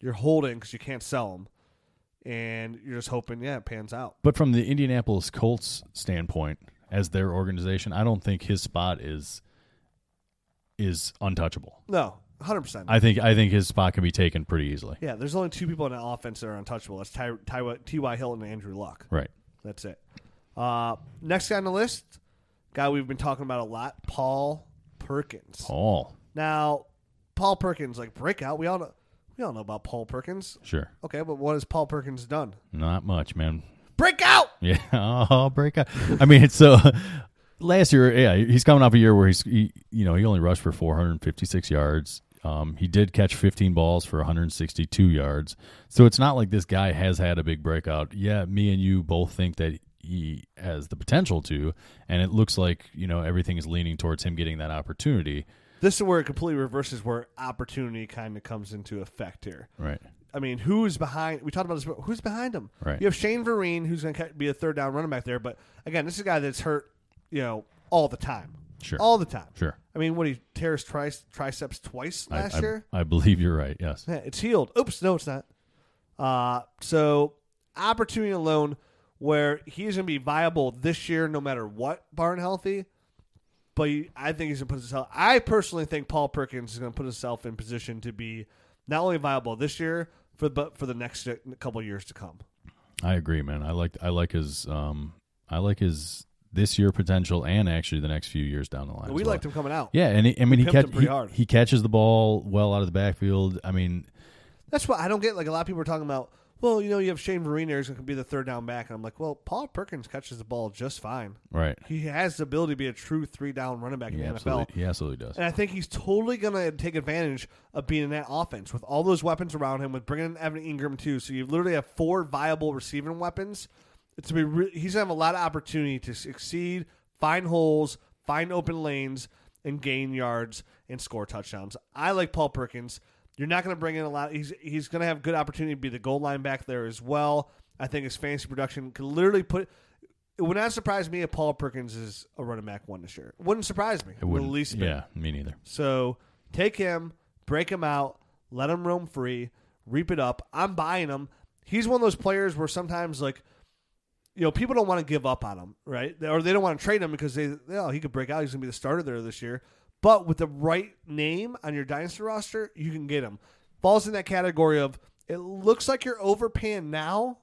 B: you're holding because you can't sell him, and you're just hoping, yeah, it pans out.
C: but from the Indianapolis Colts standpoint, as their organization, I don't think his spot is is untouchable.
B: No, hundred percent.
C: I think I think his spot can be taken pretty easily.
B: Yeah, there's only two people in that offense that are untouchable. That's Ty, Ty, T.Y. Hilton and Andrew Luck.
C: Right.
B: That's it. Uh, next guy on the list, guy we've been talking about a lot, Paul Perkins.
C: Paul.
B: Now, Paul Perkins, like breakout, we all know, we all know about Paul Perkins.
C: Sure.
B: Okay, but what has Paul Perkins done?
C: Not much, man.
B: Breakout.
C: Yeah. I'll break out. I mean, it's so last year, yeah, he's coming off a year where he's, he, you know, he only rushed for 456 yards. Um, he did catch 15 balls for 162 yards. So it's not like this guy has had a big breakout. Yeah, me and you both think that he has the potential to, and it looks like, you know, everything is leaning towards him getting that opportunity.
B: This is where it completely reverses where opportunity kind of comes into effect here.
C: Right.
B: I mean, who's behind? We talked about this. But who's behind him?
C: Right.
B: You have Shane Vereen, who's going to be a third down running back there. But again, this is a guy that's hurt, you know, all the time.
C: Sure.
B: All the time.
C: Sure.
B: I mean, what he tears tri- triceps twice
C: I-
B: last
C: I,
B: year.
C: I believe you're right. Yes.
B: Yeah, it's healed. Oops, no, it's not. Uh, so opportunity alone, where he's going to be viable this year, no matter what, barn healthy. But he, I think he's going to put himself. I personally think Paul Perkins is going to put himself in position to be not only viable this year, for but for the next couple years to come.
C: I agree, man. I like I like his um I like his this year potential and actually the next few years down the line.
B: we
C: as well.
B: liked him coming out.
C: Yeah, and he, I mean he,
B: pimped
C: catch,
B: him pretty
C: he,
B: hard.
C: he catches the ball well out of the backfield. I mean,
B: That's what I don't get. Like a lot of people are talking about. Well, you know, you have Shane Vereen there who's going to be the third down back, and I'm like, well, Paul Perkins catches the ball just fine.
C: right?
B: He has the ability to be a true three down running back in
C: He
B: the NFL.
C: absolutely, he absolutely does.
B: And I think he's totally going to take advantage of being in that offense with all those weapons around him, with bringing in Evan Ingram too. So you literally have four viable receiving weapons. It's gonna be re- he's going to have a lot of opportunity to succeed, find holes, find open lanes, and gain yards and score touchdowns. I like Paul Perkins. You're not going to bring in a lot. He's he's going to have good opportunity to be the goal line back there as well. I think his fantasy production could literally put. It would not surprise me if Paul Perkins is a running back one this year. Wouldn't surprise me.
C: It wouldn't.
B: The least bit.
C: yeah, me neither.
B: So take him, break him out, let him roam free, reap it up. I'm buying him. He's one of those players where sometimes like you know people don't want to give up on him, right? They- Or they don't want to trade him because they oh he could break out. He's gonna be the starter there this year. But with the right name on your dynasty roster, you can get him. Falls in that category of it looks like you're overpaying now,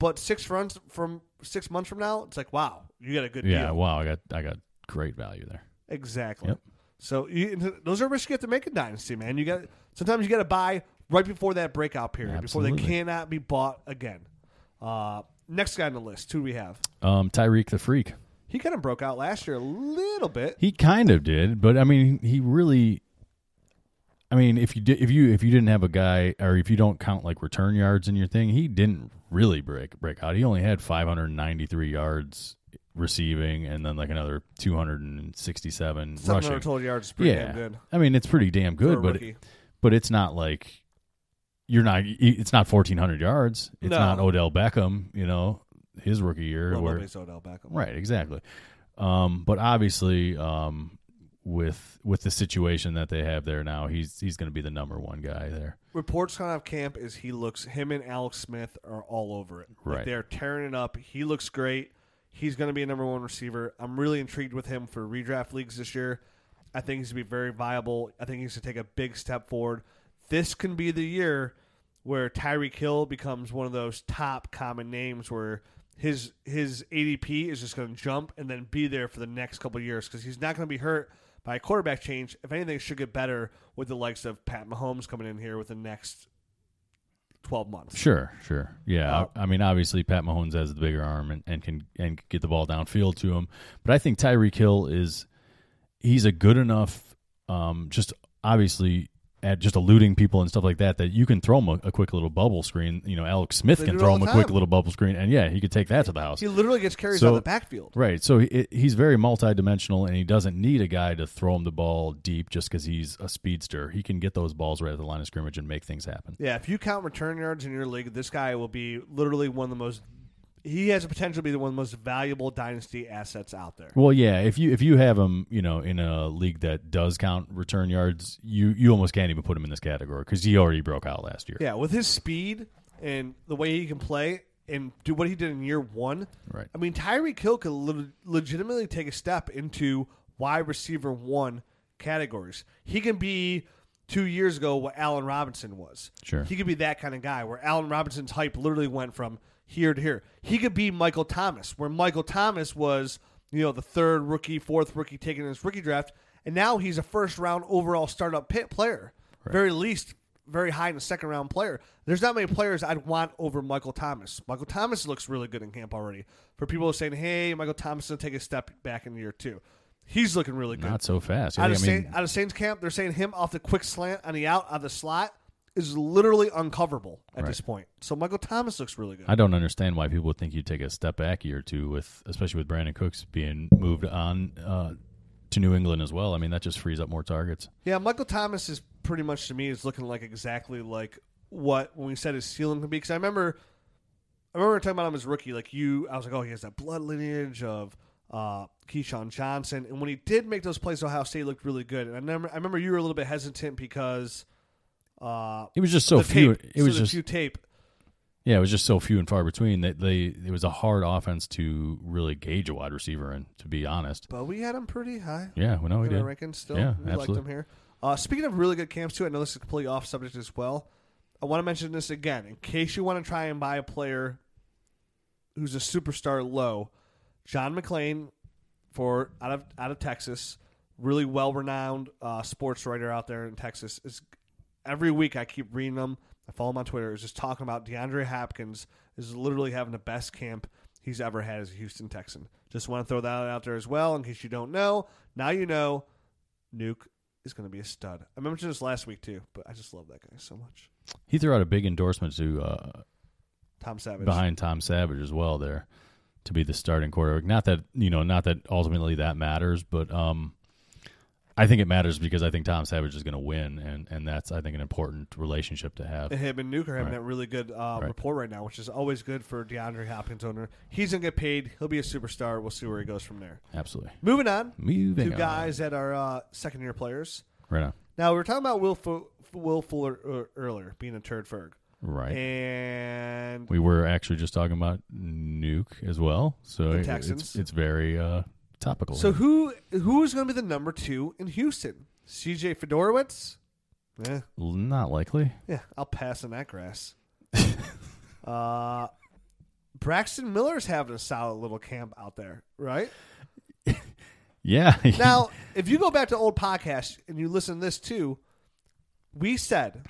B: but six runs from six months from now, it's like wow, you got a good
C: Yeah,
B: deal.
C: wow, I got I got great value there.
B: Exactly.
C: Yep.
B: So you, those are risks you have to make in dynasty, man. You got sometimes you got to buy right before that breakout period before
C: Absolutely.
B: they cannot be bought again. Uh, next guy on the list, who do we have?
C: Um, Tyreek the freak.
B: He kind of broke out last year a little bit.
C: He kind of did, but I mean, he really. I mean, if you did, if you if you didn't have a guy, or if you don't count like return yards in your thing, he didn't really break break out. He only had 593 yards receiving, and then like another 267 rushing.
B: 700 total yards is pretty damn good.
C: I mean, it's pretty damn
B: for a
C: good, but
B: rookie.
C: but it's not like you're not. It's not 1400 yards. It's
B: No.
C: not Odell Beckham. You know, his rookie year
B: well,
C: where
B: nobody's Odell Beckham.
C: Right, exactly. Um, but obviously, um, with with the situation that they have there now, he's he's going to be the number one guy there.
B: Reports coming out of camp is he looks him and Alex Smith are all over it. Like,
C: Right.
B: they're tearing it up. He looks great. He's going to be a number one receiver. I'm really intrigued with him for redraft leagues this year. I think he's going to be very viable. I think he's going to take a big step forward. This can be the year where Tyreek Hill becomes one of those top common names where his his ADP is just going to jump and then be there for the next couple of years because he's not going to be hurt by a quarterback change. If anything, it should get better with the likes of Pat Mahomes coming in here with the next twelve months.
C: Sure, sure, yeah.
B: Uh,
C: I mean, obviously, Pat Mahomes has the bigger arm and, and can and can get the ball downfield to him. But I think Tyreek Hill is he's a good enough, um, just obviously at just eluding people and stuff like that that you can throw him a, a quick little bubble screen. You know, Alex Smith
B: They do
C: can
B: it
C: throw
B: all
C: him
B: the
C: a quick
B: time.
C: little bubble screen, and yeah, he could take that to the house.
B: He literally gets carries
C: So-
B: out of the backfield.
C: Right. So he, he's very multidimensional, and he doesn't need a guy to throw him the ball deep just because he's a speedster. He can get those balls right at the line of scrimmage and make things happen.
B: Yeah, if you count return yards in your league, this guy will be literally one of the most. He has the potential to be the one of the most valuable dynasty assets out there.
C: Well, yeah. If you if you have him, you know, in a league that does count return yards, you you almost can't even put him in this category because he already broke out last year.
B: Yeah, with his speed and the way he can play and do what he did in year one.
C: Right.
B: I mean, Tyreek Hill could le- legitimately take a step into wide receiver one categories. He can be two years ago what Allen Robinson was.
C: Sure.
B: He could be that kind of guy where Allen Robinson's hype literally went from here to here. He could be Michael Thomas, where Michael Thomas was, you know, the third rookie, fourth rookie taken in his rookie draft, and now he's a first round overall startup pit player. Very least, very high in the second round player. There's not many players I'd want over Michael Thomas. Michael Thomas looks really good in camp already. For people who are saying, hey, Michael Thomas going to take a step back in year two. He's looking really good.
C: Not so fast. Yeah, I
B: Out of,
C: mean,
B: Saint, out of Saints camp, they're saying him off the quick slant on the out, on the slot is literally uncoverable at this point. So Michael Thomas looks really good.
C: I don't understand why people would think you'd take a step back a year or two with, especially with Brandon Cooks being moved on uh, to New England as well. I mean, that just frees up more targets.
B: yeah, Michael Thomas is pretty much to me is looking like exactly like what when we said his ceiling could be. Because I remember, I remember talking about him as a rookie. Like you, I was like, oh, he has that blood lineage of uh, Keyshawn Johnson. And when he did make those plays, Ohio State looked really good. And I remember, I remember you were a little bit hesitant because uh,
C: It was just so
B: the
C: few.
B: tape,
C: It was
B: so the
C: just
B: few tape.
C: Yeah, it was just so few and far between that they it was a hard offense to really gauge a wide receiver in, to be honest.
B: But we had him pretty high.
C: Yeah, we know we
B: in
C: did.
B: our rankings still.
C: Yeah,
B: we liked
C: absolutely.
B: them here. Uh, speaking of really good camps too, I know this is completely off subject as well. I want to mention this again in case you want to try and buy a player who's a superstar low. John McClain for out of out of Texas, really well renowned uh, sports writer out there in Texas. Is every week I keep reading them. I follow him on Twitter. Is just talking about DeAndre Hopkins is literally having the best camp he's ever had as a Houston Texan. Just want to throw that out there as well in case you don't know. Now you know. Nuke is going to be a stud. I mentioned this last week too, but I just love that guy so much.
C: He threw out a big endorsement to uh,
B: Tom Savage.
C: behind Tom Savage as well there to be the starting quarterback. Not that you know, not that ultimately that matters, but um, I think it matters because I think Tom Savage is going to win, and, and that's I think an important relationship to have.
B: him and Nuke are having that really good uh, rapport right now, which is always good for DeAndre Hopkins owner. He's gonna get paid. He'll be a superstar. We'll see where he goes from there.
C: Absolutely,
B: Moving on.
C: Moving
B: to
C: on.
B: guys that are uh, second year players.
C: right on,
B: Now we were talking about Will Fu- Will Fuller er, earlier being a turd ferg,
C: right.
B: and
C: we were actually just talking about Nuke as well, so it-
B: Texans.
C: it's it's very uh, topical.
B: so who who is going to be the number two in Houston? C.J. Fedorowicz. Eh. Yeah,
C: not likely.
B: yeah, I'll pass on that grass. uh, Braxton Miller's having a solid little camp out there, right?
C: Yeah.
B: Now, if you go back to old podcasts and you listen to this too, we said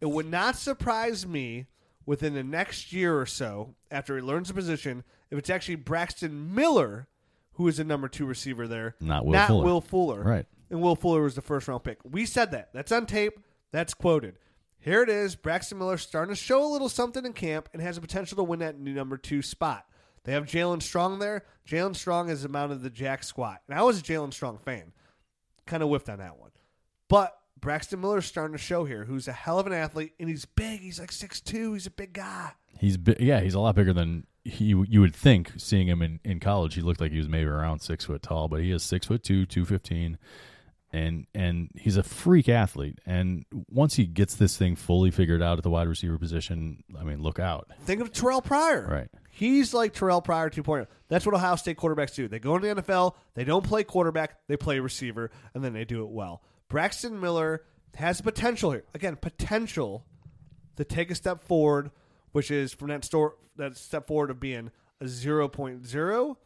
B: it would not surprise me within the next year or so after he learns the position if it's actually Braxton Miller who is the number two receiver there,
C: Not Will Fuller.
B: Will Fuller.
C: Right.
B: And Will Fuller was the first round pick. We said that. That's on tape. That's quoted. Here it is. Braxton Miller starting to show a little something in camp and has the potential to win that new number two spot. They have Jalen Strong there. Jalen Strong is the amount of the jack squat. And I was a Jalen Strong fan. Kind of whiffed on that one. But Braxton Miller's starting to show here who's a hell of an athlete and he's big. He's like 6'2. He's a big guy.
C: He's bi- yeah, he's a lot bigger than he you would think. Seeing him in, in college, he looked like he was maybe around six foot tall, but he is six foot two, two fifteen, and and he's a freak athlete. And once he gets this thing fully figured out at the wide receiver position, I mean, look out.
B: Think of Terrell Pryor.
C: Right.
B: He's like Terrell Pryor 2.0. That's what Ohio State quarterbacks do. They go into the NFL, they don't play quarterback, they play receiver, and then they do it well. Braxton Miller has potential here. Again, potential to take a step forward, which is from that store that step forward of being a 0.0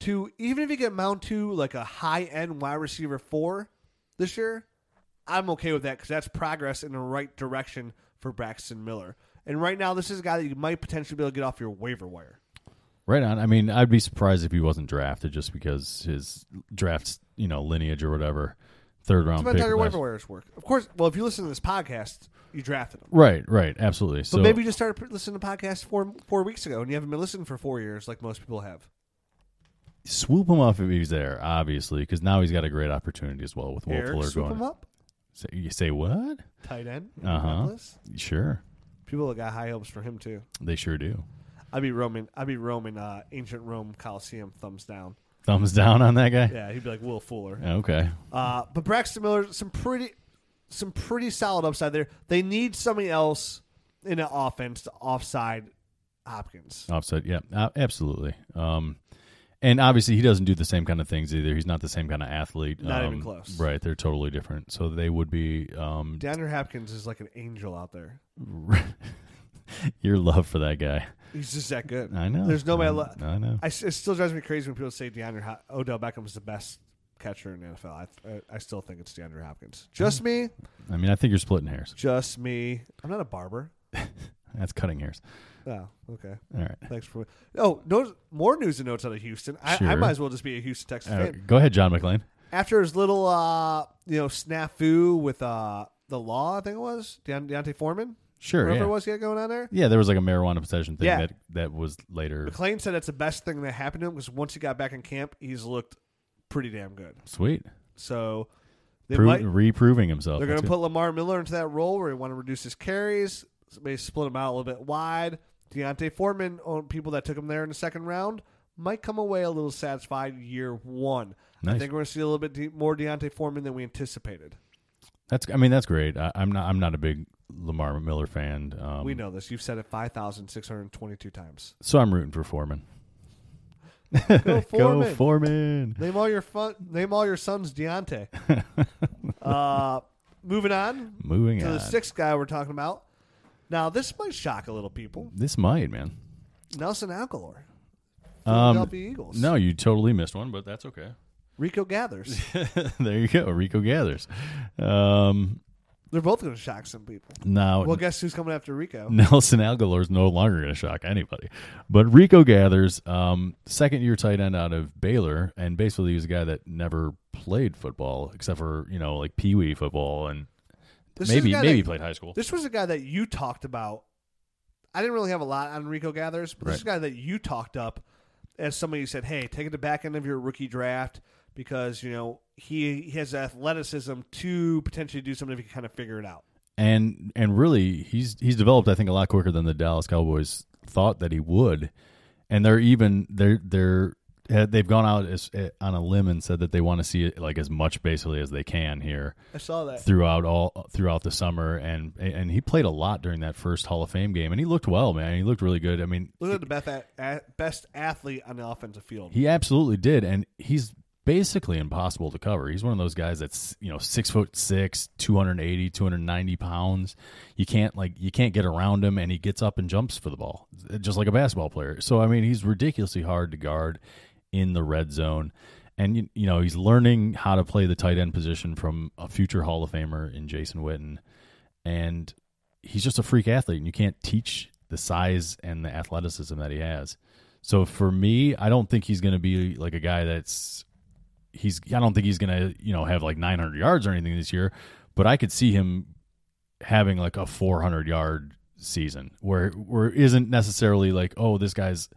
B: to even if you get mount to like a high end wide receiver four this year, I'm okay with that because that's progress in the right direction for Braxton Miller. And right now, this is a guy that you might potentially be able to get off your waiver wire.
C: Right on. I mean, I'd be surprised if he wasn't drafted just because his draft, you know, lineage or whatever, third round
B: Depends
C: pick.
B: how your
C: last-
B: waiver wires work. Of course, well, if you listen to this podcast, you drafted him.
C: Right, right, absolutely.
B: But
C: so
B: maybe you just started pr- listening to podcasts four, four weeks ago and you haven't been listening for four years like most people have.
C: swoop him up if he's there, obviously, because now he's got a great opportunity as well with Will
B: Eric,
C: Fuller
B: swoop
C: going.
B: him up.
C: Say, you say what?
B: Tight end.
C: Uh-huh.
B: Indianapolis.
C: Sure,
B: People have got high hopes for him, too.
C: they sure do.
B: I'd be Roman. I'd be Roman. Uh, ancient Rome Coliseum. Thumbs down.
C: Thumbs down on that guy.
B: Yeah, he'd be like Will Fuller.
C: Okay,
B: Uh, but Braxton Miller, some pretty, some pretty solid upside there. They need somebody else in the offense to offside Hopkins.
C: offset. Yeah, uh, absolutely. Um, and obviously he doesn't do the same kind of things either. He's not the same kind of athlete.
B: Not even
C: Um,
B: close.
C: Right, they're totally different. So they would be um,
B: DeAndre Hopkins is like an angel out there.
C: your love for that guy.
B: He's just that good.
C: I know.
B: There's nobody.
C: I,
B: le-
C: I know.
B: I s- it still drives me crazy when people say DeAndre Ho- Odell Beckham is the best catcher in the NFL. I, I, I still think it's DeAndre Hopkins. Just me.
C: I mean, I think you're splitting hairs.
B: Just me. I'm not a barber.
C: That's cutting hairs.
B: Oh, okay.
C: All right.
B: Thanks for. Oh, no, more news and notes out of Houston. I, I
C: Sure. Uh,
B: might as well just be a Houston Texas
C: All
B: fan.
C: right. Go ahead, John McLean.
B: after his little uh you know snafu with uh the law, I think it was Deont- Deontay Foreman,
C: Sure.
B: whatever
C: Yeah.
B: it was he had going on there.
C: yeah, there was like a marijuana possession thing
B: Yeah.
C: that that was later.
B: McLean said that's the best thing that happened to him because once he got back in camp, he's looked pretty damn good.
C: Sweet.
B: So they
C: Pro-
B: might,
C: reproving himself.
B: they're
C: That's
B: going to put Lamar Miller into that role where he want to reduce his carries, maybe split him out a little bit wide. Deontay Foreman, on people that took him there in the second round, might come away a little satisfied year one. I
C: Nice.
B: think we're going to see a little bit de- more Deontay Foreman than we anticipated.
C: That's. I mean, that's great. I, I'm not. I'm not a big Lamar Miller fan. Um,
B: We know this. You've said it 5,622 times.
C: So I'm rooting for Foreman.
B: Go Foreman.
C: Go Foreman.
B: name all your fun. Name all your sons Deontay. uh, moving on
C: Moving
B: to
C: on.
B: the sixth guy we're talking about. Now this might shock a little people.
C: This might, man.
B: Nelson Alcalor,
C: Um,
B: Philadelphia Eagles.
C: no, you totally missed one, but that's okay.
B: Rico Gathers.
C: there you go. Rico gathers. Um,
B: They're both going to shock some people.
C: now,
B: Well, guess who's coming after Rico?
C: Nelson Aguilar is no longer going to shock anybody. But Rico Gathers, um, second year tight end out of Baylor, and basically he was a guy that never played football except for, you know, like Pee Wee football and
B: This is
C: maybe
B: a guy
C: maybe he
B: that-
C: played high school.
B: This was a guy that you talked about. I didn't really have a lot on Rico Gathers, but this is a guy that you talked up as somebody who said, "Hey, take it to back end of your rookie draft. because you know he, he has athleticism to potentially do something if he can kind of figure it out.
C: and and really he's he's developed I think a lot quicker than the Dallas Cowboys thought that he would, and they're even they're they're eh, they've gone out as, eh, on a limb and said that they want to see it like as much basically as they can here
B: I saw that.
C: throughout all throughout the summer and and he played a lot during that first Hall of Fame game and he looked well man he looked really good I mean
B: Look at the best, a- a- best athlete on the offensive field.
C: He absolutely did, and he's basically impossible to cover. He's one of those guys that's you know six foot six, 280, 290 pounds. You can't like you can't get around him, and he gets up and jumps for the ball just like a basketball player. So I mean, he's ridiculously hard to guard in the red zone. And you, you know he's learning how to play the tight end position from a future Hall of Famer in Jason Witten, and he's just a freak athlete, and you can't teach the size and the athleticism that he has. So for me, I don't think he's going to be like a guy that's he's. I don't think he's going to you know have like 900 yards or anything this year, but I could see him having like a 400 yard season where where it isn't necessarily like oh this guy's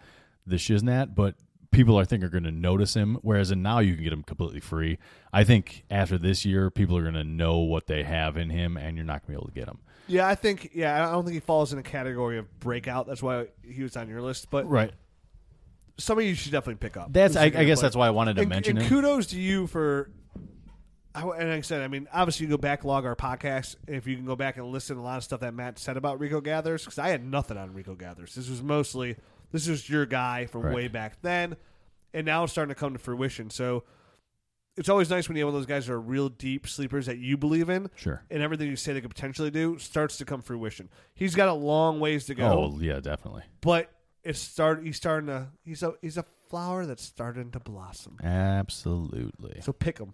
C: the shiznat, but people I think are going to notice him. Whereas in now you can get him completely free. I think after this year, people are going to know what they have in him, and you're not going to be able to get him.
B: Yeah, I think. Yeah, I don't think he falls in a category of breakout. That's why he was on your list. But
C: Right.
B: somebody you should definitely pick up.
C: That's
B: Who's
C: I,
B: a good
C: I guess
B: player.
C: that's why I wanted to
B: and,
C: mention
B: and
C: him.
B: kudos to you for. I, w- and like I said, I mean, obviously, you go back log our podcast if you can go back and listen to a lot of stuff that Matt said about Rico Gathers because I had nothing on Rico Gathers. This was mostly this was your guy from
C: Right.
B: way back then, and now it's starting to come to fruition. So it's always nice when you have one of those guys that are real deep sleepers that you believe in,
C: Sure.
B: and everything you say they could potentially do starts to come fruition. He's got a long ways to go
C: Oh yeah, definitely.
B: but it's start. He's starting to. He's a he's a flower that's starting to blossom.
C: Absolutely.
B: So pick him.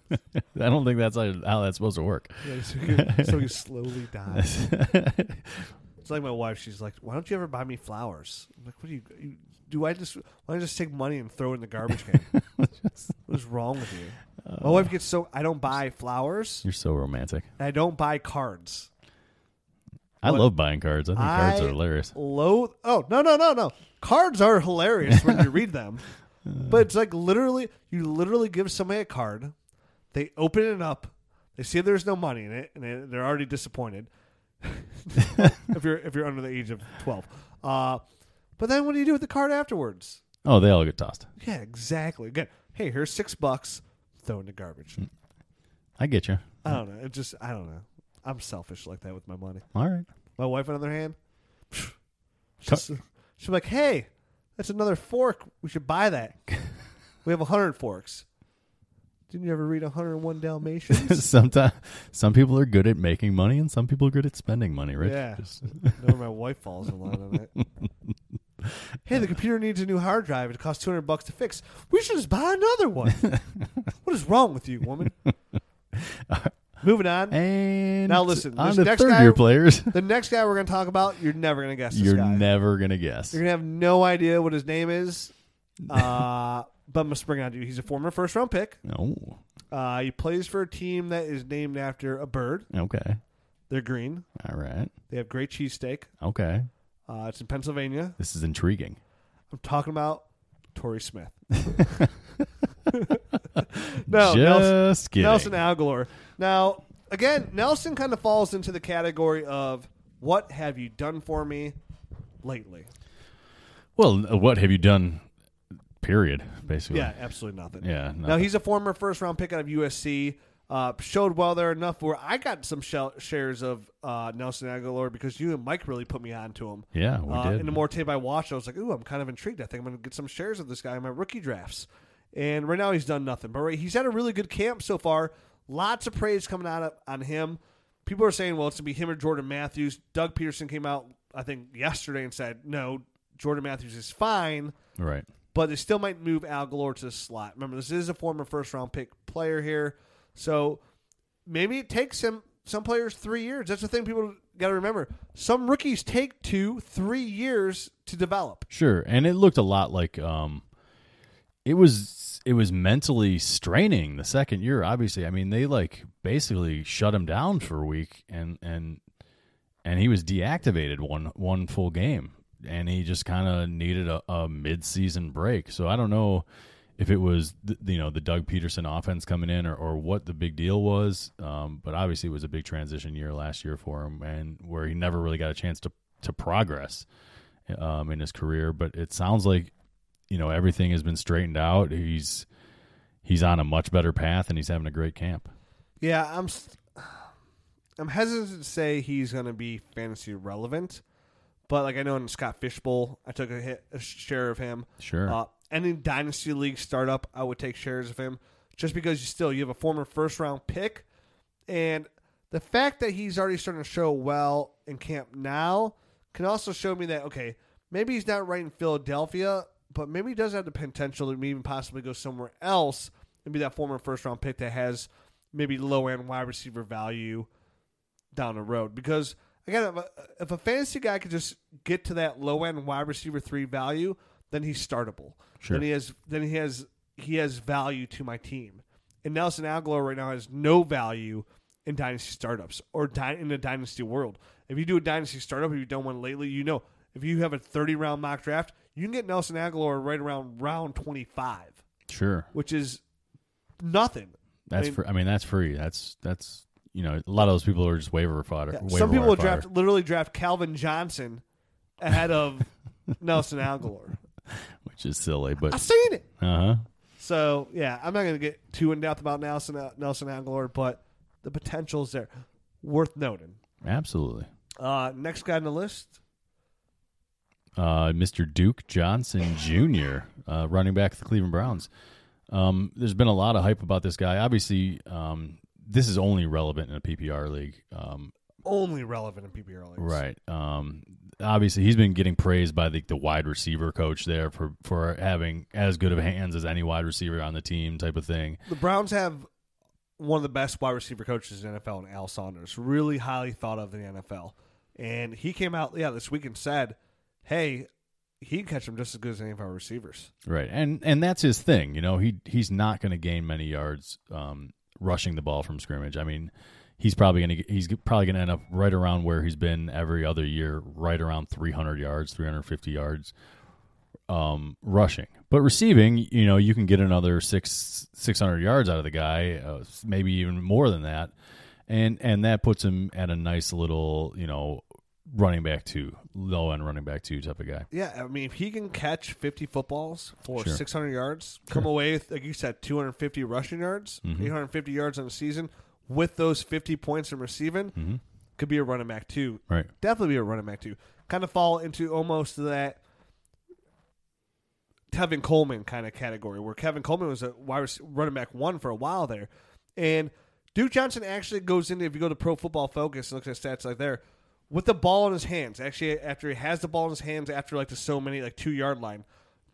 C: I don't think that's how, how that's supposed to work.
B: so, he can, so he slowly dies. It's like my wife. She's like, "Why don't you ever buy me flowers?" I'm like, "What do you, you do? I just why don't I just take money and throw it in the garbage can? what is wrong with you?" my wife gets so I don't buy flowers.
C: You're so romantic.
B: And I don't buy cards.
C: I
B: What?
C: love buying cards. I think cards
B: I
C: are hilarious.
B: Loathe. Oh no no no no! Cards are hilarious when you read them, but it's like literally you literally give somebody a card, they open it up, they see there's no money in it, and they, they're already disappointed. if you're if you're under the age of twelve, uh, but then what do you do with the card afterwards?
C: Oh, they all get tossed.
B: Yeah, exactly. Again, hey, here's six bucks. Throw in the garbage.
C: I get you.
B: I don't know. It just I don't know. I'm selfish like that with my money.
C: All right.
B: My wife, on the other hand, she's, she's like, "Hey, that's another fork. We should buy that. We have hundred forks." Didn't you ever read 101 Dalmatians?
C: Sometimes some people are good at making money, and some people are good at spending money. Right?
B: yeah. Never my wife falls in line on that. Hey, the computer needs a new hard drive. It costs 200 bucks to fix. We should just buy another one. what is wrong with you, woman? Moving on.
C: And
B: Now listen,
C: on
B: this
C: the
B: next
C: third
B: guy-
C: year players,
B: the next guy we're going to talk about, you're never going to guess this
C: you're
B: guy.
C: never gonna guess.
B: You're gonna have no idea what his name is. Uh, but I'm gonna spring it on you. He's a former first round pick.
C: No.
B: Uh, he plays for a team that is named after a bird.
C: Okay.
B: They're green.
C: All right.
B: They have great cheesesteak.
C: Okay.
B: Uh, it's in Pennsylvania.
C: This is intriguing.
B: I'm talking about Torrey Smith. no, Nelson,
C: Just kidding.
B: Nelson Aguilar. Now, again, Nelson kind of falls into the category of what have you done for me lately?
C: Well, uh, what have you done? Period. Basically.
B: Yeah, absolutely nothing.
C: Yeah.
B: Now he's a former first round pick out of USC. Uh, showed well there enough where I got some shell shares of uh, Nelson Aguilar because you and Mike really put me on to him.
C: Yeah, we
B: uh,
C: did.
B: And the more tape I watched, I was like, "Ooh, I'm kind of intrigued. I think I'm going to get some shares of this guy in my rookie drafts." And right now he's done nothing, but right, he's had a really good camp so far. Lots of praise coming out of, on him. People are saying, "Well, it's going to be him or Jordan Matthews." Doug Peterson came out, I think, yesterday and said, "No, Jordan Matthews is fine."
C: right.
B: but they still might move Al Galore to the slot. Remember, this is a former first round pick player here, so maybe it takes him some players three years. That's the thing people got to remember. Some rookies take two, three years to develop.
C: Sure, and it looked a lot like um, it was it was mentally straining the second year. Obviously, I mean they like basically shut him down for a week, and and and he was deactivated one one full game, and he just kind of needed a, a mid season break. So I don't know if it was th- you know the Doug Peterson offense coming in or, or what the big deal was. Um, but obviously, it was a big transition year last year for him, and where he never really got a chance to to progress um, in his career. But it sounds like you know everything has been straightened out. He's he's on a much better path, and he's having a great camp.
B: Yeah, I'm. St- I'm hesitant to say he's going to be fantasy relevant, but like I know in Scott Fishbowl, I took a hit a share of him.
C: Sure.
B: Uh, any dynasty league startup, I would take shares of him, just because you still you have a former first round pick, and the fact that he's already starting to show well in camp now can also show me that okay, maybe he's not right in Philadelphia, but maybe he does have the potential to even possibly go somewhere else and be that former first round pick that has maybe low end wide receiver value down the road because again, if a, if a fantasy guy could just get to that low end wide receiver three value, then he's startable.
C: Sure.
B: Then he has then he has he has value to my team. And Nelson Aguilar right now has no value in dynasty startups or dy- in the dynasty world. If you do a dynasty startup, if you don't one lately, you know if you have a thirty round mock draft, you can get Nelson Aguilar right around round twenty five,
C: Sure.
B: which is nothing.
C: That's I
B: mean-
C: I mean that's free. That's that's you know a lot of those people are just waiver fodder.
B: Yeah,
C: waiver
B: Some people
C: wire
B: will
C: fodder.
B: draft literally draft Calvin Johnson ahead of Nelson Aguilar.
C: which is silly,
B: I've
C: but
B: seen it.
C: uh huh.
B: So yeah, I'm not going to get too in depth about Nelson uh, Nelson Aguilar, but the potential is there. Worth noting.
C: Absolutely.
B: Uh, next guy on the list,
C: uh, Mr. Duke Johnson Jr., uh, running back of the Cleveland Browns. Um, there's been a lot of hype about this guy. Obviously, um, this is only relevant in a PPR league. Um,
B: only relevant in E PPR leagues.
C: right. Um, obviously, he's been getting praised by the, the wide receiver coach there for, for having as good of hands as any wide receiver on the team, type of thing.
B: The Browns have one of the best wide receiver coaches in the NFL, and Al Saunders, really highly thought of in the NFL. And he came out, yeah, this week and said, "Hey, he can catch them just as good as any of our receivers."
C: Right, and and that's his thing. You know, he he's not going to gain many yards um, rushing the ball from scrimmage. I mean, he's probably going to he's probably going to end up right around where he's been every other year, right around 300 yards, 350 yards um, rushing. But receiving, you know, you can get another six 600 yards out of the guy, uh, maybe even more than that, and and that puts him at a nice little you know running back two, low end running back two type of guy.
B: Yeah, I mean, if he can catch 50 footballs for
C: Sure. Mm-hmm.
B: 600 yards, come away with, like you said, 250 rushing yards, 850 yards on the season, with those 50 points in receiving,
C: Mm-hmm.
B: could be a running back too.
C: Right.
B: Definitely be a running back too. Kind of fall into almost that Kevin Coleman kind of category, where Kevin Coleman was a wide rec- running back one for a while there, and Duke Johnson actually goes into if you go to Pro Football Focus and look at stats like there, with the ball in his hands. Actually, after he has the ball in his hands, after like the so many like two yard line,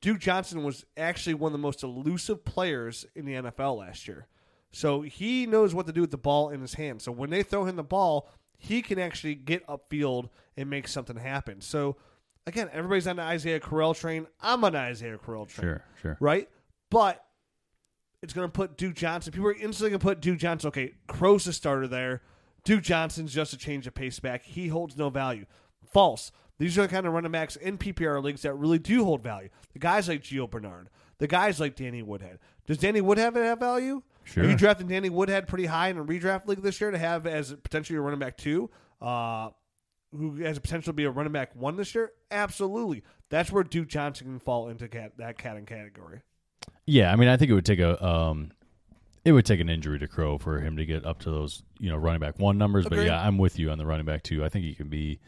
B: Duke Johnson was actually one of the most elusive players in the NFL last year. So he knows what to do with the ball in his hand. So when they throw him the ball, he can actually get upfield and make something happen. So again, everybody's on the Isaiah Correll train. I'm on the Isaiah Correll train.
C: Sure. Sure.
B: Right? But it's going to put Duke Johnson. People are instantly going to put Duke Johnson. Okay, Crow's the starter there. Duke Johnson's just a change of pace back. He holds no value. False. These are the kind of running backs in PPR leagues that really do hold value. The guys like Gio Bernard, the guys like Danny Woodhead. Does Danny Woodhead have value?
C: Sure.
B: Are you drafting Danny Woodhead pretty high in a redraft league this year to have as potentially a running back two? Uh, who has a potential to be a running back one this year? Absolutely. That's where Duke Johnson can fall into cat, that cat and category.
C: Yeah, I mean, I think it would take a um, it would take an injury to Crow for him to get up to those you know running back one numbers. But
B: Agreed.
C: yeah, I'm with you on the running back two. I think he can be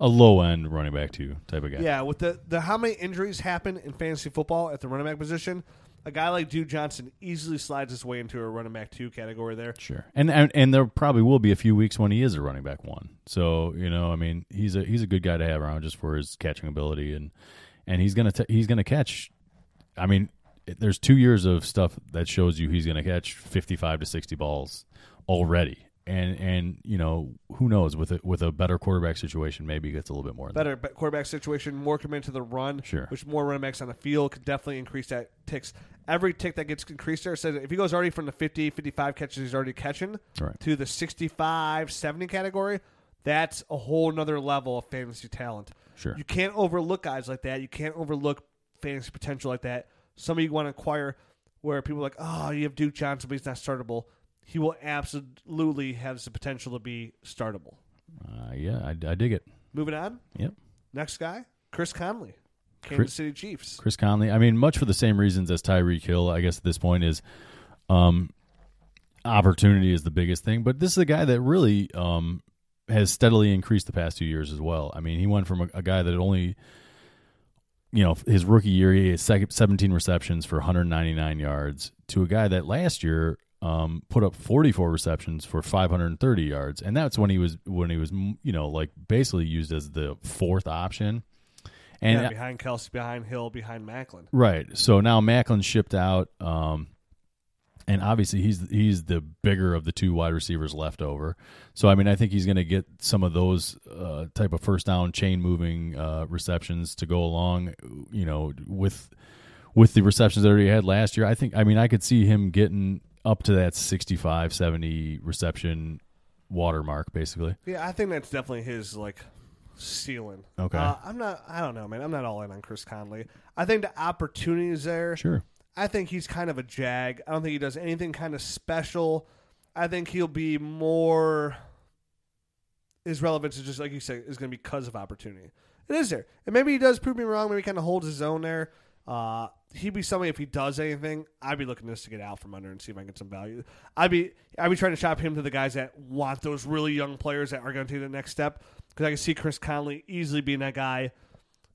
C: a low end running back two type of guy.
B: Yeah, with the, the how many injuries happen in fantasy football at the running back position, a guy like Duke Johnson easily slides his way into a running back two category there.
C: sure. And, and and there probably will be a few weeks when he is a running back one. So you know, I mean, he's a he's a good guy to have around just for his catching ability and and he's gonna t- he's gonna catch. I mean, it- there's two years of stuff that shows you he's gonna catch 55 to 60 balls already. And and you know who knows with a with a better quarterback situation maybe he gets a little bit more than that.
B: Better ba- quarterback situation, more committed to the run,
C: Sure.
B: which more running backs on the field could definitely increase that ticks. Every tick that gets increased there says if he goes already from the 50, 55 catches he's already catching
C: Right.
B: to the 65, 70 category, that's a whole nother level of fantasy talent.
C: Sure.
B: You can't overlook guys like that. You can't overlook fantasy potential like that. Somebody you want to acquire. where people are like, oh, you have Duke Johnson, but he's not startable. He will absolutely has the potential to be startable.
C: Uh, yeah, I, I dig it.
B: Moving on,
C: Yep.
B: next guy, Chris Conley, Kansas
C: Chris-
B: City Chiefs.
C: Chris Conley. I mean, much for the same reasons as Tyreek Hill, I guess at this point is um opportunity is the biggest thing, but this is a guy that really um has steadily increased the past two years as well. I mean, he went from a, a guy that had only you know, his rookie year he had sec- 17 receptions for 199 yards to a guy that last year um, put up 44 receptions for 530 yards, and that's when he was when he was you know like basically used as the fourth option. And uh,
B: yeah, behind Kelsey, behind Hill, behind Macklin.
C: Right. So now Macklin shipped out, um, and obviously he's he's the bigger of the two wide receivers left over. So I mean, I think he's going to get some of those uh, type of first down chain moving uh, receptions to go along, you know, with with the receptions that he had last year. I think I mean I could see him getting up to that 65, 70 reception watermark basically.
B: Yeah, I think that's definitely his like ceiling.
C: Okay.
B: uh, I'm not. I don't know, man. I'm not all in on Chris Conley. I think the opportunity is there.
C: Sure.
B: I think he's kind of a jag. I don't think he does anything kind of special. I think he'll be more. His relevance is just like you said is going to be because of opportunity. It is there, and maybe he does prove me wrong. Maybe he kind of holds his own there. Uh, he'd be somebody if he does anything. I'd be looking just to get out from under and see if I can get some value. I'd be I'd be trying to shop him to the guys that want those really young players that are going to take the next step because I can see Chris Conley easily being that guy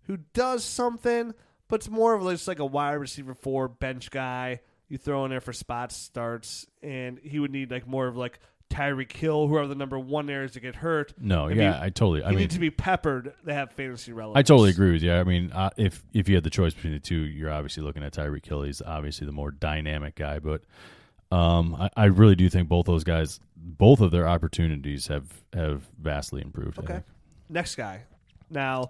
B: who does something, but it's more of just like a wide receiver four bench guy. You throw in there for spot starts, and he would need like more of like Tyreek Hill, whoever the number one there is to get hurt.
C: No,
B: I
C: yeah,
B: mean,
C: I totally. Mm, I
B: he
C: mean,
B: needs to be peppered to have fantasy relevance.
C: I totally agree with you. I mean, uh, if if you had the choice between the two, you're obviously looking at Tyreek Hill. He's obviously the more dynamic guy, but um, I, I really do think both those guys, both of their opportunities have have vastly improved. I
B: Okay.
C: think.
B: Next guy. Now,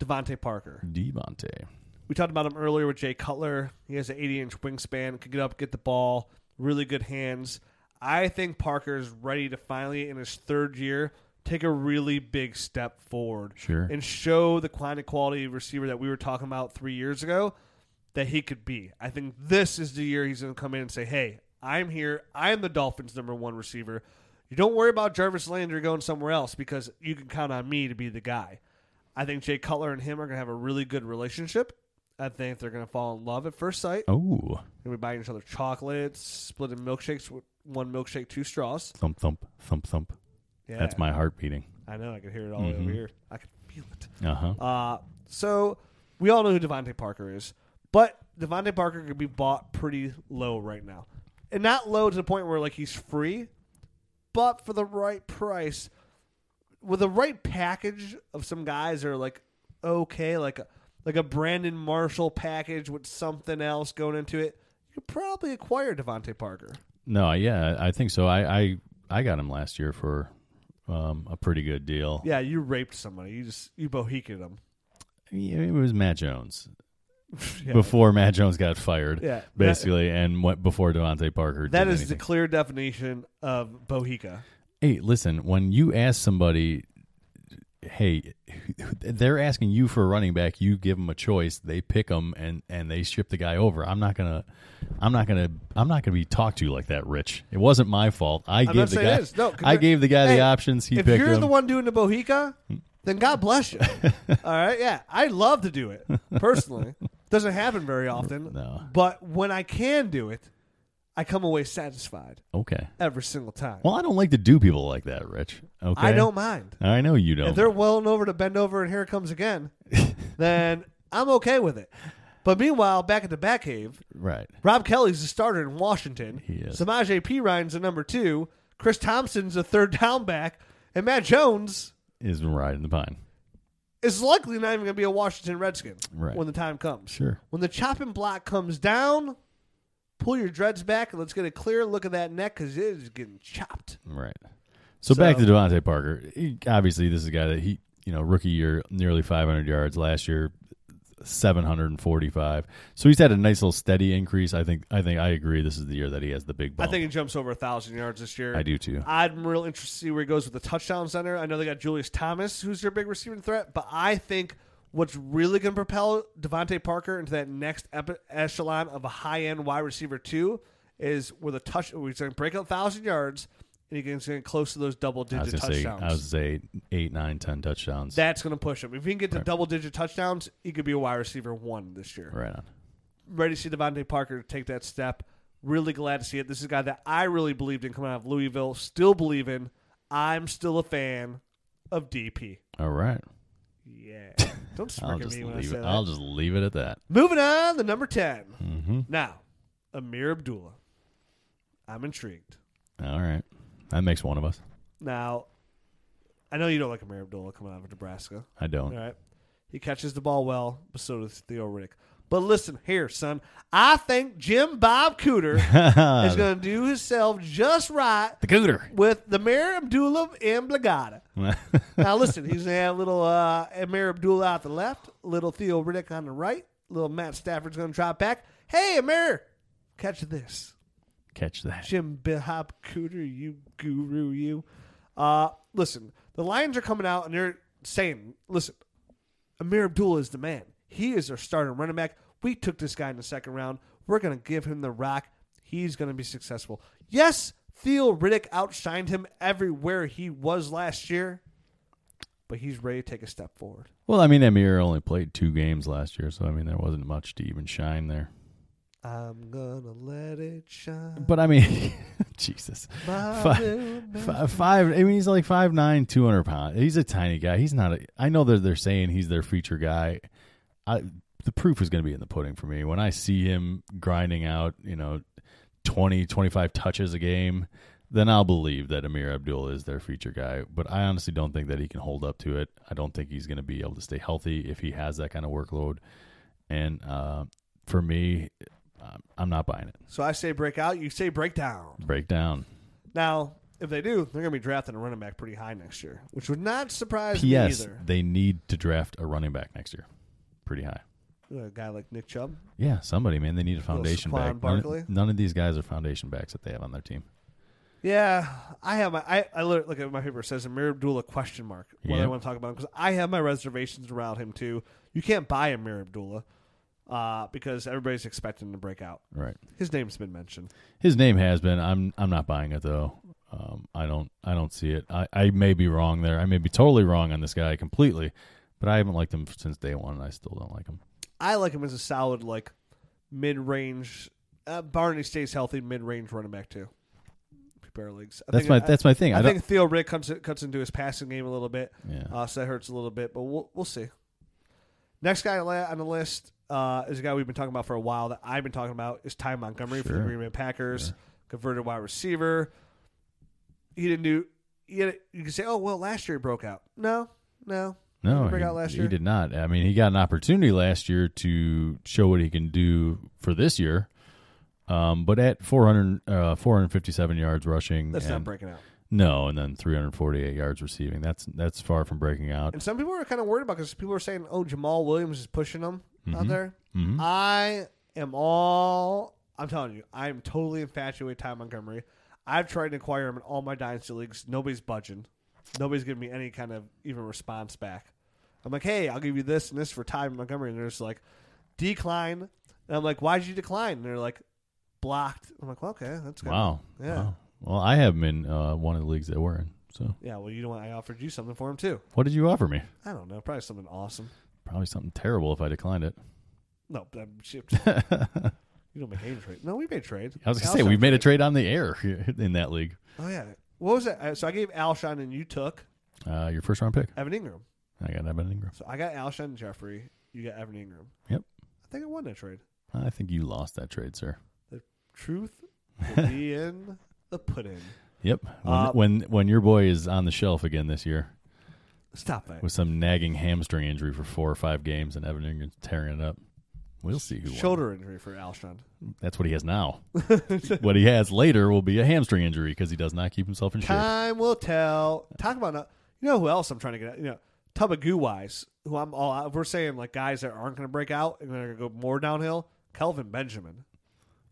B: Devontae Parker.
C: Devontae.
B: We talked about him earlier with Jay Cutler. He has an 80 inch wingspan, could get up, get the ball, really good hands. I think Parker is ready to finally, in his third year, take a really big step forward
C: Sure.
B: and show the quantity quality receiver that we were talking about three years ago that he could be. I think this is the year he's going to come in and say, hey, I'm here. I'm the Dolphins' number one receiver. You don't worry about Jarvis Landry going somewhere else because you can count on me to be the guy. I think Jay Cutler and him are going to have a really good relationship. I think they're going to fall in love at first sight.
C: Oh,
B: They're going to be buying each other chocolates, splitting milkshakes with one milkshake, two straws.
C: thump thump thump thump.
B: Yeah,
C: That's my Mm-hmm. heart beating.
B: I know. I can hear it all the way over here. I can feel it.
C: Uh huh.
B: Uh, so we all know who Devontae Parker is, but Devontae Parker could be bought pretty low right now, and not low to the point where like he's free, but for the right price, with the right package of some guys that are like okay, like a, like a Brandon Marshall package with something else going into it, you could probably acquire Devontae Parker.
C: No, yeah, I think so. I I, I got him last year for um, a pretty good deal.
B: Yeah, you raped somebody. You just you bohekied him.
C: Yeah, it was Matt Jones.
B: Yeah.
C: Before Matt Jones got fired,
B: Yeah.
C: basically, and what before Devontae Parker.
B: That
C: did
B: is the
C: anything.
B: clear definition of bohica.
C: Hey, listen, when you ask somebody, hey, they're asking you for a running back, you give them a choice, they pick them and and they ship the guy over. I'm not going to I'm not going to I'm not going to be talked to like that, Rich. It wasn't my fault. I
B: I'm
C: gave
B: not
C: the
B: saying
C: guy
B: it is. No, 'cause
C: I
B: you're-
C: gave the guy
B: Hey,
C: the options, he
B: if
C: picked
B: you're
C: them.
B: the one doing the bohica, then God bless you. All right, yeah, I love to do it personally. Doesn't happen very often,
C: No.
B: but when I can do it, I come away satisfied
C: okay.
B: every single time.
C: Well, I don't like to do people like that, Rich. Okay.
B: I don't mind
C: I know you
B: if
C: don't.
B: they're well over to bend over and here it comes again. then I'm okay with it. But meanwhile, back at the back cave,
C: right.
B: Rob Kelly's the starter in Washington.
C: He is.
B: Samaje P. Ryan's the number two. Chris Thompson's the third down back, and Matt Jones
C: Is riding the pine.
B: is likely not even going to be a Washington Redskin
C: Right.
B: when the time comes.
C: Sure.
B: When the chopping block comes down, pull your dreads back and let's get a clear look at that neck because it is getting chopped.
C: Right. So, back
B: So-
C: to Devontae Parker. He, obviously, this is a guy that he, you know, rookie year, nearly 500 yards. Last year, 745. So he's had a nice little steady increase. I think. I think I agree. This is the year that he has the big bump.
B: I think he jumps over a thousand yards this year.
C: I do too.
B: I'm real interested to see where he goes with the touchdown center. I know they got Julius Thomas, who's their big receiving threat, but I think What's really going to propel Devontae Parker into that next epi- echelon of a high end wide receiver two is with a touch. He's going to break out thousand yards, and he gets getting close to those double
C: I was
B: digit
C: gonna say,
B: touchdowns.
C: I was gonna say eight, nine, ten touchdowns.
B: That's going to push him. If he can get to double digit touchdowns, he could be a wide receiver one this year.
C: right on.
B: Ready to see Devontae Parker take that step. Really glad to see it. This is a guy that I really believed in coming out of Louisville. Still believe in. I'm still a fan of DP.
C: All right.
B: Yeah. Don't
C: I'll
B: smirk at
C: just
B: me when I
C: leave
B: say
C: it.
B: that.
C: I'll just leave it at that.
B: Moving on, the number 10.
C: Mm-hmm.
B: Now, Amir Abdullah. I'm intrigued.
C: All right. That makes one of us.
B: Now, I know you don't like Amir Abdullah coming out of Nebraska.
C: I
B: All
C: don't.
B: right. He catches the ball well, but so does Theo Riddick. But listen here, son. I think Jim Bob Cooter is going to do himself just right
C: the cooter.
B: with the Mayor Abdullah and Blagada. Now listen, he's gonna have little uh, Amir Abdullah out the left, little Theo Riddick on the right, little Matt Stafford's gonna drop back. Hey, Amir, catch this,
C: Catch that.
B: Jim Bihop Cooter, you guru, you. Uh, listen, the Lions are coming out and they're saying, listen, Amir Abdullah is the man. He is our starting running back. We took this guy in the second round. We're gonna give him the rock. He's gonna be successful. Yes, Theo Riddick outshined him everywhere he was last year but he's ready to take a step forward.
C: Well, I mean, Amir only played two games last year, so I mean, there wasn't much to even shine there.
B: I'm gonna let it shine.
C: But I mean, Jesus,
B: My
C: Fi-
B: little man.
C: Fi five. I mean, he's like five nine, two hundred pounds. He's a tiny guy. He's not. A, I know that they're saying he's their feature guy. I, the proof is going to be in the pudding for me when I see him grinding out, you know, 20, 25 touches a game. Then I'll believe that Amir Abdul is their feature guy. But I honestly don't think that he can hold up to it. I don't think he's going to be able to stay healthy if he has that kind of workload. And uh, for me, I'm- I'm not buying it.
B: So I say breakout. You say breakdown.
C: Breakdown.
B: Now, if they do, they're gonna be drafting a running back pretty high next year, which would not surprise me
C: P.S.
B: either.
C: They need to draft a running back next year, pretty high.
B: A guy like Nick Chubb.
C: Yeah, somebody, man. They need a foundation
B: Saquon
C: back. None,
B: Barkley?
C: of- none of these guys are foundation backs that they have on their team.
B: Yeah, I have my. I, I look look at my paper. It says Amir Abdullah question mark. What I
C: Yep.
B: want to talk about because I have my reservations around him too. You can't buy Amir Abdullah uh, because everybody's expecting him to break out.
C: Right.
B: His name's been mentioned.
C: His name has been. I'm. I'm not buying it though. Um, I don't. I don't see it. I, I may be wrong there. I may be totally wrong on this guy completely. But I haven't liked him since day one, and I still don't like him.
B: I like him as a solid, like mid range. Uh, Barney stays healthy, mid range running back too. Prepare leagues. I
C: That's
B: think-
C: my.
B: I-
C: that's my thing.
B: I,
C: I, don't.
B: think Theo Rick cuts cuts into his passing game a little bit.
C: yeah.
B: Uh, so that hurts a little bit, but we'll we'll see. Next guy la- on the list uh, is a guy we've been talking about for a while that I've been talking about is Ty Montgomery for the
C: Sure.
B: Green Bay Packers, converted wide receiver. He didn't do. He had, you can say, oh well, last year he broke out. No, no,
C: No,
B: Didn't break
C: he,
B: out last
C: he
B: year?
C: did not. I mean, he got an opportunity last year to show what he can do for this year. Um, but at 400, uh, 457 yards rushing,
B: that's not
C: and-
B: breaking out.
C: no, and then 348 yards receiving. That's that's far from breaking out.
B: And some people are kind of worried about because people are saying, "Oh, Jamal Williams is pushing him out there."
C: Mhm.
B: I am all. I'm telling you, I am totally infatuated with Ty Montgomery. I've tried to acquire him in all my dynasty leagues. Nobody's budging. Nobody's giving me any kind of even response back. I'm like, "Hey, I'll give you this and this for Ty Montgomery," and they're just like, "Decline." And I'm like, "Why did you decline?" And they're like, "Blocked." I'm like, well, "Okay, that's good."
C: Wow.
B: Yeah.
C: Wow. Well, I have him in uh, one of the leagues that we're in. So,
B: Yeah. Well, you know what? I offered you something for him too.
C: what did you offer me?
B: I don't know. Probably something awesome.
C: Probably something terrible if I declined it.
B: No, I'm, shit.
C: I
B: You don't make any trade. No, we made trade.
C: was gonna say
B: Alshon
C: we made a trade on the air in that league.
B: Oh yeah. What was that? Uh, So I gave Alshon and you took
C: Uh, your first round pick.
B: Evan Ingram.
C: I got Evan Ingram.
B: So I got Alshon and Jeffrey. You got Evan Ingram.
C: Yep.
B: I think I won that trade.
C: I think you lost that trade, sir.
B: Truth will be in the pudding.
C: Yep. When,
B: Uh,
C: when when your boy is on the shelf again this year
B: Stop that.
C: with some nagging hamstring injury for four or five games and Evan Ingram's tearing it up, we'll see who won.
B: Shoulder injury for Alshon.
C: That's what he has now. what he has later will be a hamstring injury because he does not keep himself in shape.
B: Time will tell. Talk about not, you know who else I'm trying to get. At? You know Tuba Guwise, who I'm all. We're saying like guys that aren't going to break out and they're going to go more downhill. Kelvin Benjamin.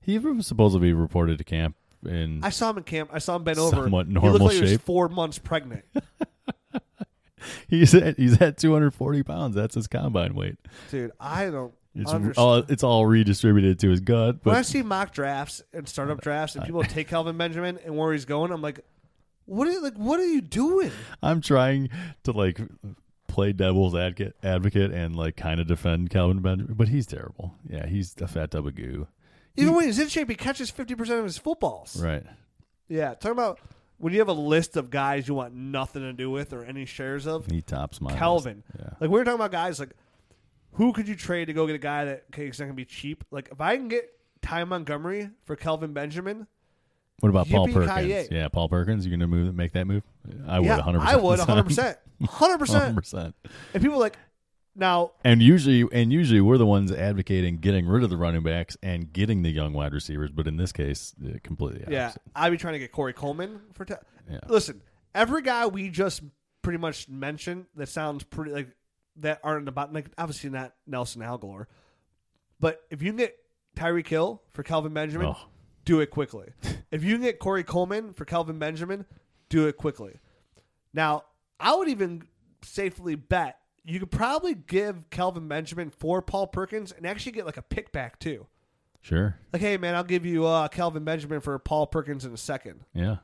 C: He was supposed to be reported to camp in
B: I saw him in camp. I saw him bent over.
C: Somewhat
B: he
C: normal
B: looked like He was
C: shape.
B: four months pregnant.
C: he's at he's at 240 pounds. That's his combine weight.
B: dude. I don't
C: It's
B: understand.
C: all it's all redistributed to his gut.
B: when I
C: But
B: see mock drafts and
C: Uh,
B: startup drafts and people take Calvin Benjamin and where he's going, I'm like, what are like what are you doing?
C: I'm trying to like play devil's advocate, advocate and like kind of defend Calvin Benjamin, but he's terrible. Yeah, he's a fat tub of goo.
B: Even when he's in shape, he catches fifty percent of his footballs.
C: Right.
B: Yeah, talking about when you have a list of guys you want nothing to do with or any shares of.
C: He tops my
B: Calvin,
C: list. Yeah.
B: like we were talking about guys like who could you trade to go get a guy that okay, it's not gonna be cheap. Like if I can get Ty Montgomery for Calvin Benjamin,
C: What about Paul
B: Yippee-ki-yay.
C: Perkins? Yeah, Paul Perkins. You're gonna move, make that move. I would.
B: yeah,
C: 100.
B: I would 100, percent 100, percent
C: 100%.
B: And people are like now,
C: And usually, and usually, we're the ones advocating getting rid of the running backs and getting the young wide receivers. But in this case, uh, completely.
B: yeah,
C: opposite.
B: I'd be trying to get Corey Coleman for. Ty-
C: Yeah.
B: Listen, every guy we just pretty much mentioned that sounds pretty like that aren't about like obviously not Nelson Algor, but if you can get Tyreek Hill for Calvin Benjamin,
C: Oh.
B: do it quickly. if you can get Corey Coleman for Calvin Benjamin, do it quickly. Now, I would even safely bet you could probably give Calvin Benjamin for Paul Perkins and actually get like a pick back too.
C: Sure.
B: Like, hey man, I'll give you uh, Calvin Benjamin for Paul Perkins in a second.
C: Yeah.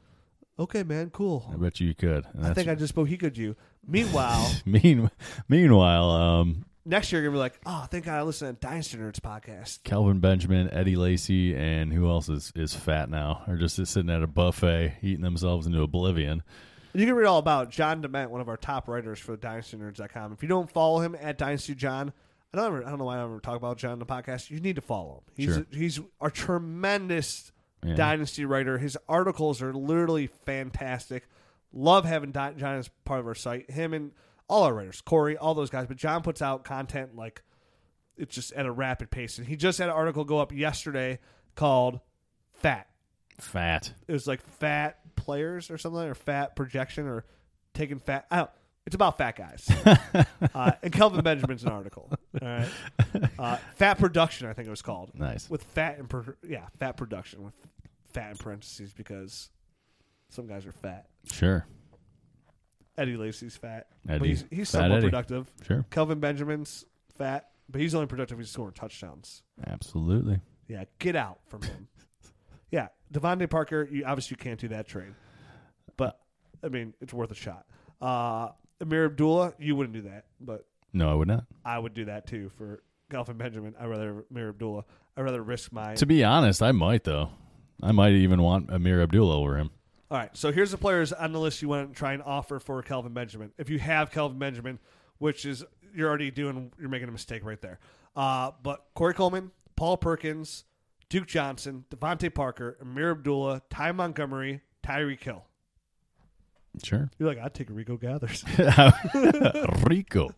B: Okay, man, cool.
C: I bet you could. And
B: I
C: that's-
B: think I just bohicoed you. Meanwhile,
C: Mean, meanwhile, um,
B: next year you're gonna be like, oh, thank God I listened to Dynasty Nerds podcast.
C: Calvin Benjamin, Eddie Lacy, and who else is, is fat now? Are just sitting at a buffet eating themselves into oblivion.
B: And you can read all about John Dement, one of our top writers for DynastyNerds.com. If you don't follow him at Dynasty John, I don't ever, I don't know why I don't ever talk about John in the podcast. You need to follow him. He's
C: Sure.
B: he's a tremendous
C: Yeah.
B: Dynasty writer. His articles are literally fantastic. Love having Di- John as part of our site. Him and all our writers, Corey, all those guys. But John puts out content like it's just at a rapid pace. And he just had an article go up yesterday called "Fat."
C: Fat.
B: it was like fat players or something, or fat projection, or taking fat. I don't. It's about fat guys. uh, and Kelvin Benjamin's an article. All right, uh, fat production, I think it was called.
C: Nice.
B: With fat and pro- yeah, fat production with fat in parentheses because some guys are fat.
C: Sure.
B: Eddie Lacy's fat, but
C: Eddie.
B: he's, he's
C: Fat
B: somewhat
C: Eddie.
B: productive.
C: Sure.
B: Kelvin Benjamin's fat, but he's only productive if he's scoring touchdowns.
C: Absolutely.
B: Yeah, get out from him. yeah, Devontae Parker, you obviously you can't do that trade. But I mean, it's worth a shot. Uh Amir Abdullah, you wouldn't do that, but
C: No, I would not.
B: I would do that too for Golfin Benjamin. I'd rather Amir Abdullah. I'd rather risk my
C: To be honest, I might though. I might even want Amir Abdullah over him.
B: All right, so here's the players on the list you want to try and offer for Kelvin Benjamin. If you have Kelvin Benjamin, which is you're already doing, you're making a mistake right there. Uh, but Corey Coleman, Paul Perkins, Duke Johnson, Devontae Parker, Amir Abdullah, Ty Montgomery, Tyreek Hill.
C: Sure.
B: You're like, I'd take Rico Gathers.
C: Rico.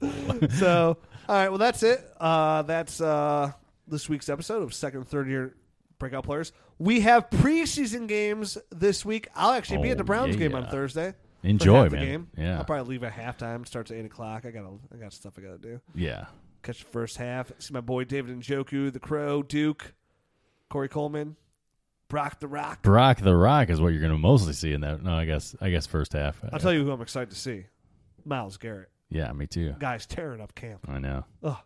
B: so, all right, well, that's it. Uh, that's uh, this week's episode of second, third year breakout players. We have preseason games this week. I'll actually be at
C: Oh,
B: the Browns game on
C: yeah.
B: Thursday. for
C: Enjoy,
B: half the
C: man.
B: game.
C: Yeah.
B: I'll probably leave at halftime. Starts at eight o'clock. I got I got stuff I got to do.
C: Yeah.
B: Catch the first half. See my boy David and Joku, the Crow, Duke, Corey Coleman, Brock the Rock.
C: Brock the Rock is what you're going to mostly see in that. No, I guess. I guess first half. Uh,
B: I'll tell you who I'm excited to see. Miles Garrett.
C: Yeah, me too.
B: Guys tearing up camp.
C: I know.
B: Oh,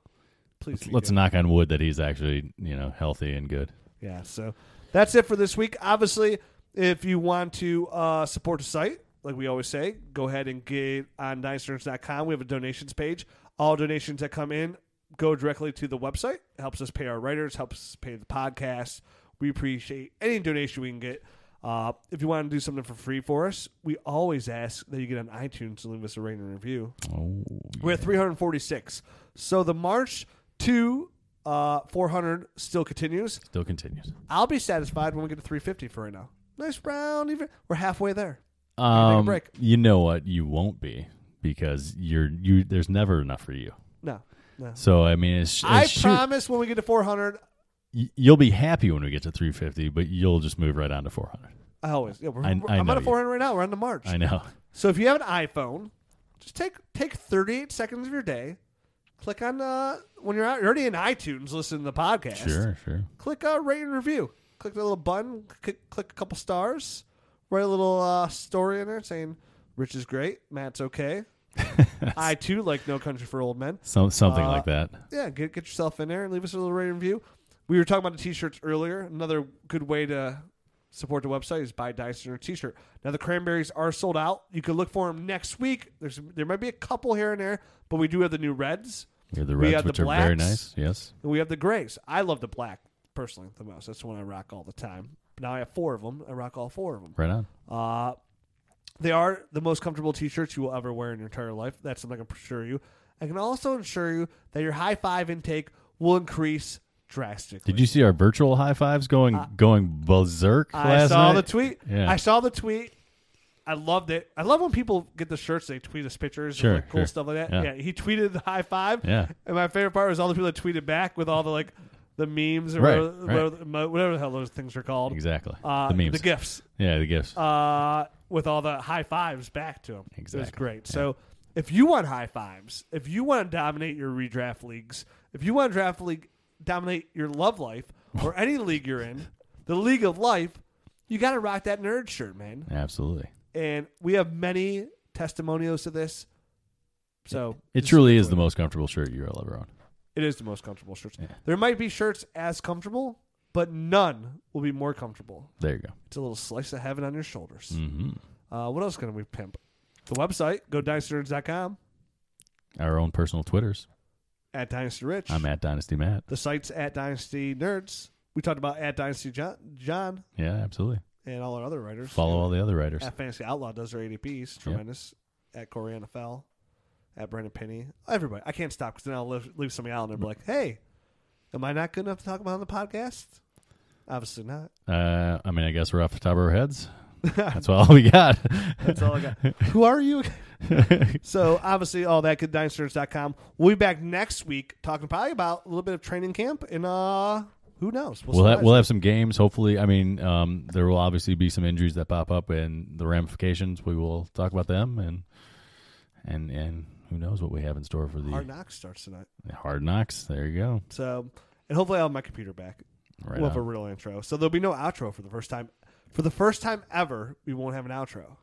B: please. be
C: Let's
B: good.
C: knock on wood that he's actually you know healthy and good.
B: Yeah, so that's it for this week. Obviously, if you want to uh, support the site, like we always say, go ahead and get on dynastynerds.com. We have a donations page. All donations that come in go directly to the website. It helps us pay our writers, helps us pay the podcast. We appreciate any donation we can get. Uh, if you want to do something for free for us, we always ask that you get on iTunes and leave us a rating and review.
C: Oh,
B: We're at 346. So the march to uh, 400 still continues.
C: still continues.
B: I'll be satisfied when we get to 350 for right now. Nice round, even we're halfway there. take a
C: Um,
B: break.
C: You know what? You won't be because you're you. There's never enough for you.
B: No, no.
C: So I mean, it's,
B: I
C: it's-
B: promise when we get to 400,
C: y- you'll be happy when we get to 350, but you'll just move right on to 400.
B: I always. Yeah, we're,
C: I-
B: we're-
C: I
B: I'm
C: know
B: on a
C: you.
B: 400 right now. We're on the march.
C: I know.
B: So if you have an iPhone, just take take 38 seconds of your day. Click on uh, when you're out. You're already in iTunes listening to the podcast.
C: Sure, sure.
B: Click uh, rate and review. Click the little button. Click, click a couple stars. Write a little uh, story in there saying Rich is great, Matt's okay, I too like No Country for Old Men.
C: So, something
B: Uh,
C: like that.
B: yeah, get get yourself in there and leave us a little rating review. We were talking about the t-shirts earlier. Another good way to support the website is buy Dyson or t-shirt. Now the cranberries are sold out. You can look for them next week. There's there might be a couple here and there, but we do have the new reds
C: We have the
B: we
C: reds,
B: have the
C: which are very
B: blacks.
C: nice. Yes.
B: and we have the grays. I love the black personally the most. That's the one I rock all the time. Now I have four of them. I rock all four of them.
C: Right on.
B: Uh, they are the most comfortable t-shirts you will ever wear in your entire life. That's something I can assure you. I can also assure you that your high five intake will increase drastically.
C: Did you see our virtual high fives going going berserk
B: Uh, I
C: last
B: saw
C: night?
B: the tweet.
C: Yeah.
B: I saw the tweet. I loved it. I love when people get the shirts. They tweet us pictures
C: Sure,
B: and like, cool
C: sure.
B: stuff like that. Yeah.
C: Yeah.
B: he tweeted the high five.
C: Yeah.
B: and my favorite part was all the people that tweeted back with all the like the memes or
C: Right,
B: whatever,
C: right.
B: whatever the- whatever the hell those things are called.
C: Exactly.
B: Uh,
C: the memes.
B: the gifts.
C: yeah, the gifts.
B: uh, with all the high fives back to him. It was
C: Exactly.
B: great. So if you want high fives, if you want to dominate your redraft leagues, if you want to draft league dominate your love life or any league you're in, the league of life, you got to rock that nerd shirt, man.
C: Absolutely.
B: And we have many testimonials to this. So
C: It
B: just-
C: truly is the most comfortable shirt you'll ever own.
B: it is the most comfortable shirts. There might be shirts as comfortable, but none will be more comfortable.
C: There you go.
B: It's a little slice of heaven on your shoulders.
C: hmm
B: Uh, what else can we pimp? The website, go dynastynerds.com,
C: Our own personal Twitters.
B: at Dynasty Rich.
C: I'm at Dynasty Matt.
B: the site's at Dynasty Nerds. We talked about at Dynasty John, John
C: Yeah, absolutely.
B: and all our other writers.
C: Follow all the other writers.
B: At Fantasy Outlaw does their ADPs. Tremendous. At Corey NFL. At Brandon Penny. Everybody. I can't stop because then I'll leave, leave somebody out and they'll
C: Mm.
B: be like, hey, am I not good enough to talk about on the podcast? Obviously not.
C: Uh, I mean, I guess we're off the top of our heads. That's all we got.
B: That's all I got. Who are you? so obviously all that good com. We'll be back next week talking probably about a little bit of training camp and uh who knows?
C: We'll have,
B: see.
C: we'll have some games. Hopefully, I mean, um, there will obviously be some injuries that pop up and the ramifications. We will talk about them and and and who knows what we have in store for the
B: Hard
C: hard,
B: knocks starts tonight.
C: knocks. There you go.
B: So and hopefully I'll have my computer back.
C: Right.
B: we'll have a
C: on.
B: real intro. So there'll be no outro for the first time. For the first time ever, we won't have an outro.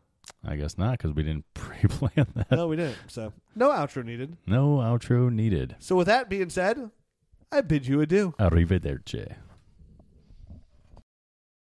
C: I guess not because we didn't pre-plan that.
B: No, we didn't. So no outro needed.
C: No outro needed.
B: So with that being said, I bid you adieu.
C: Arrivederci.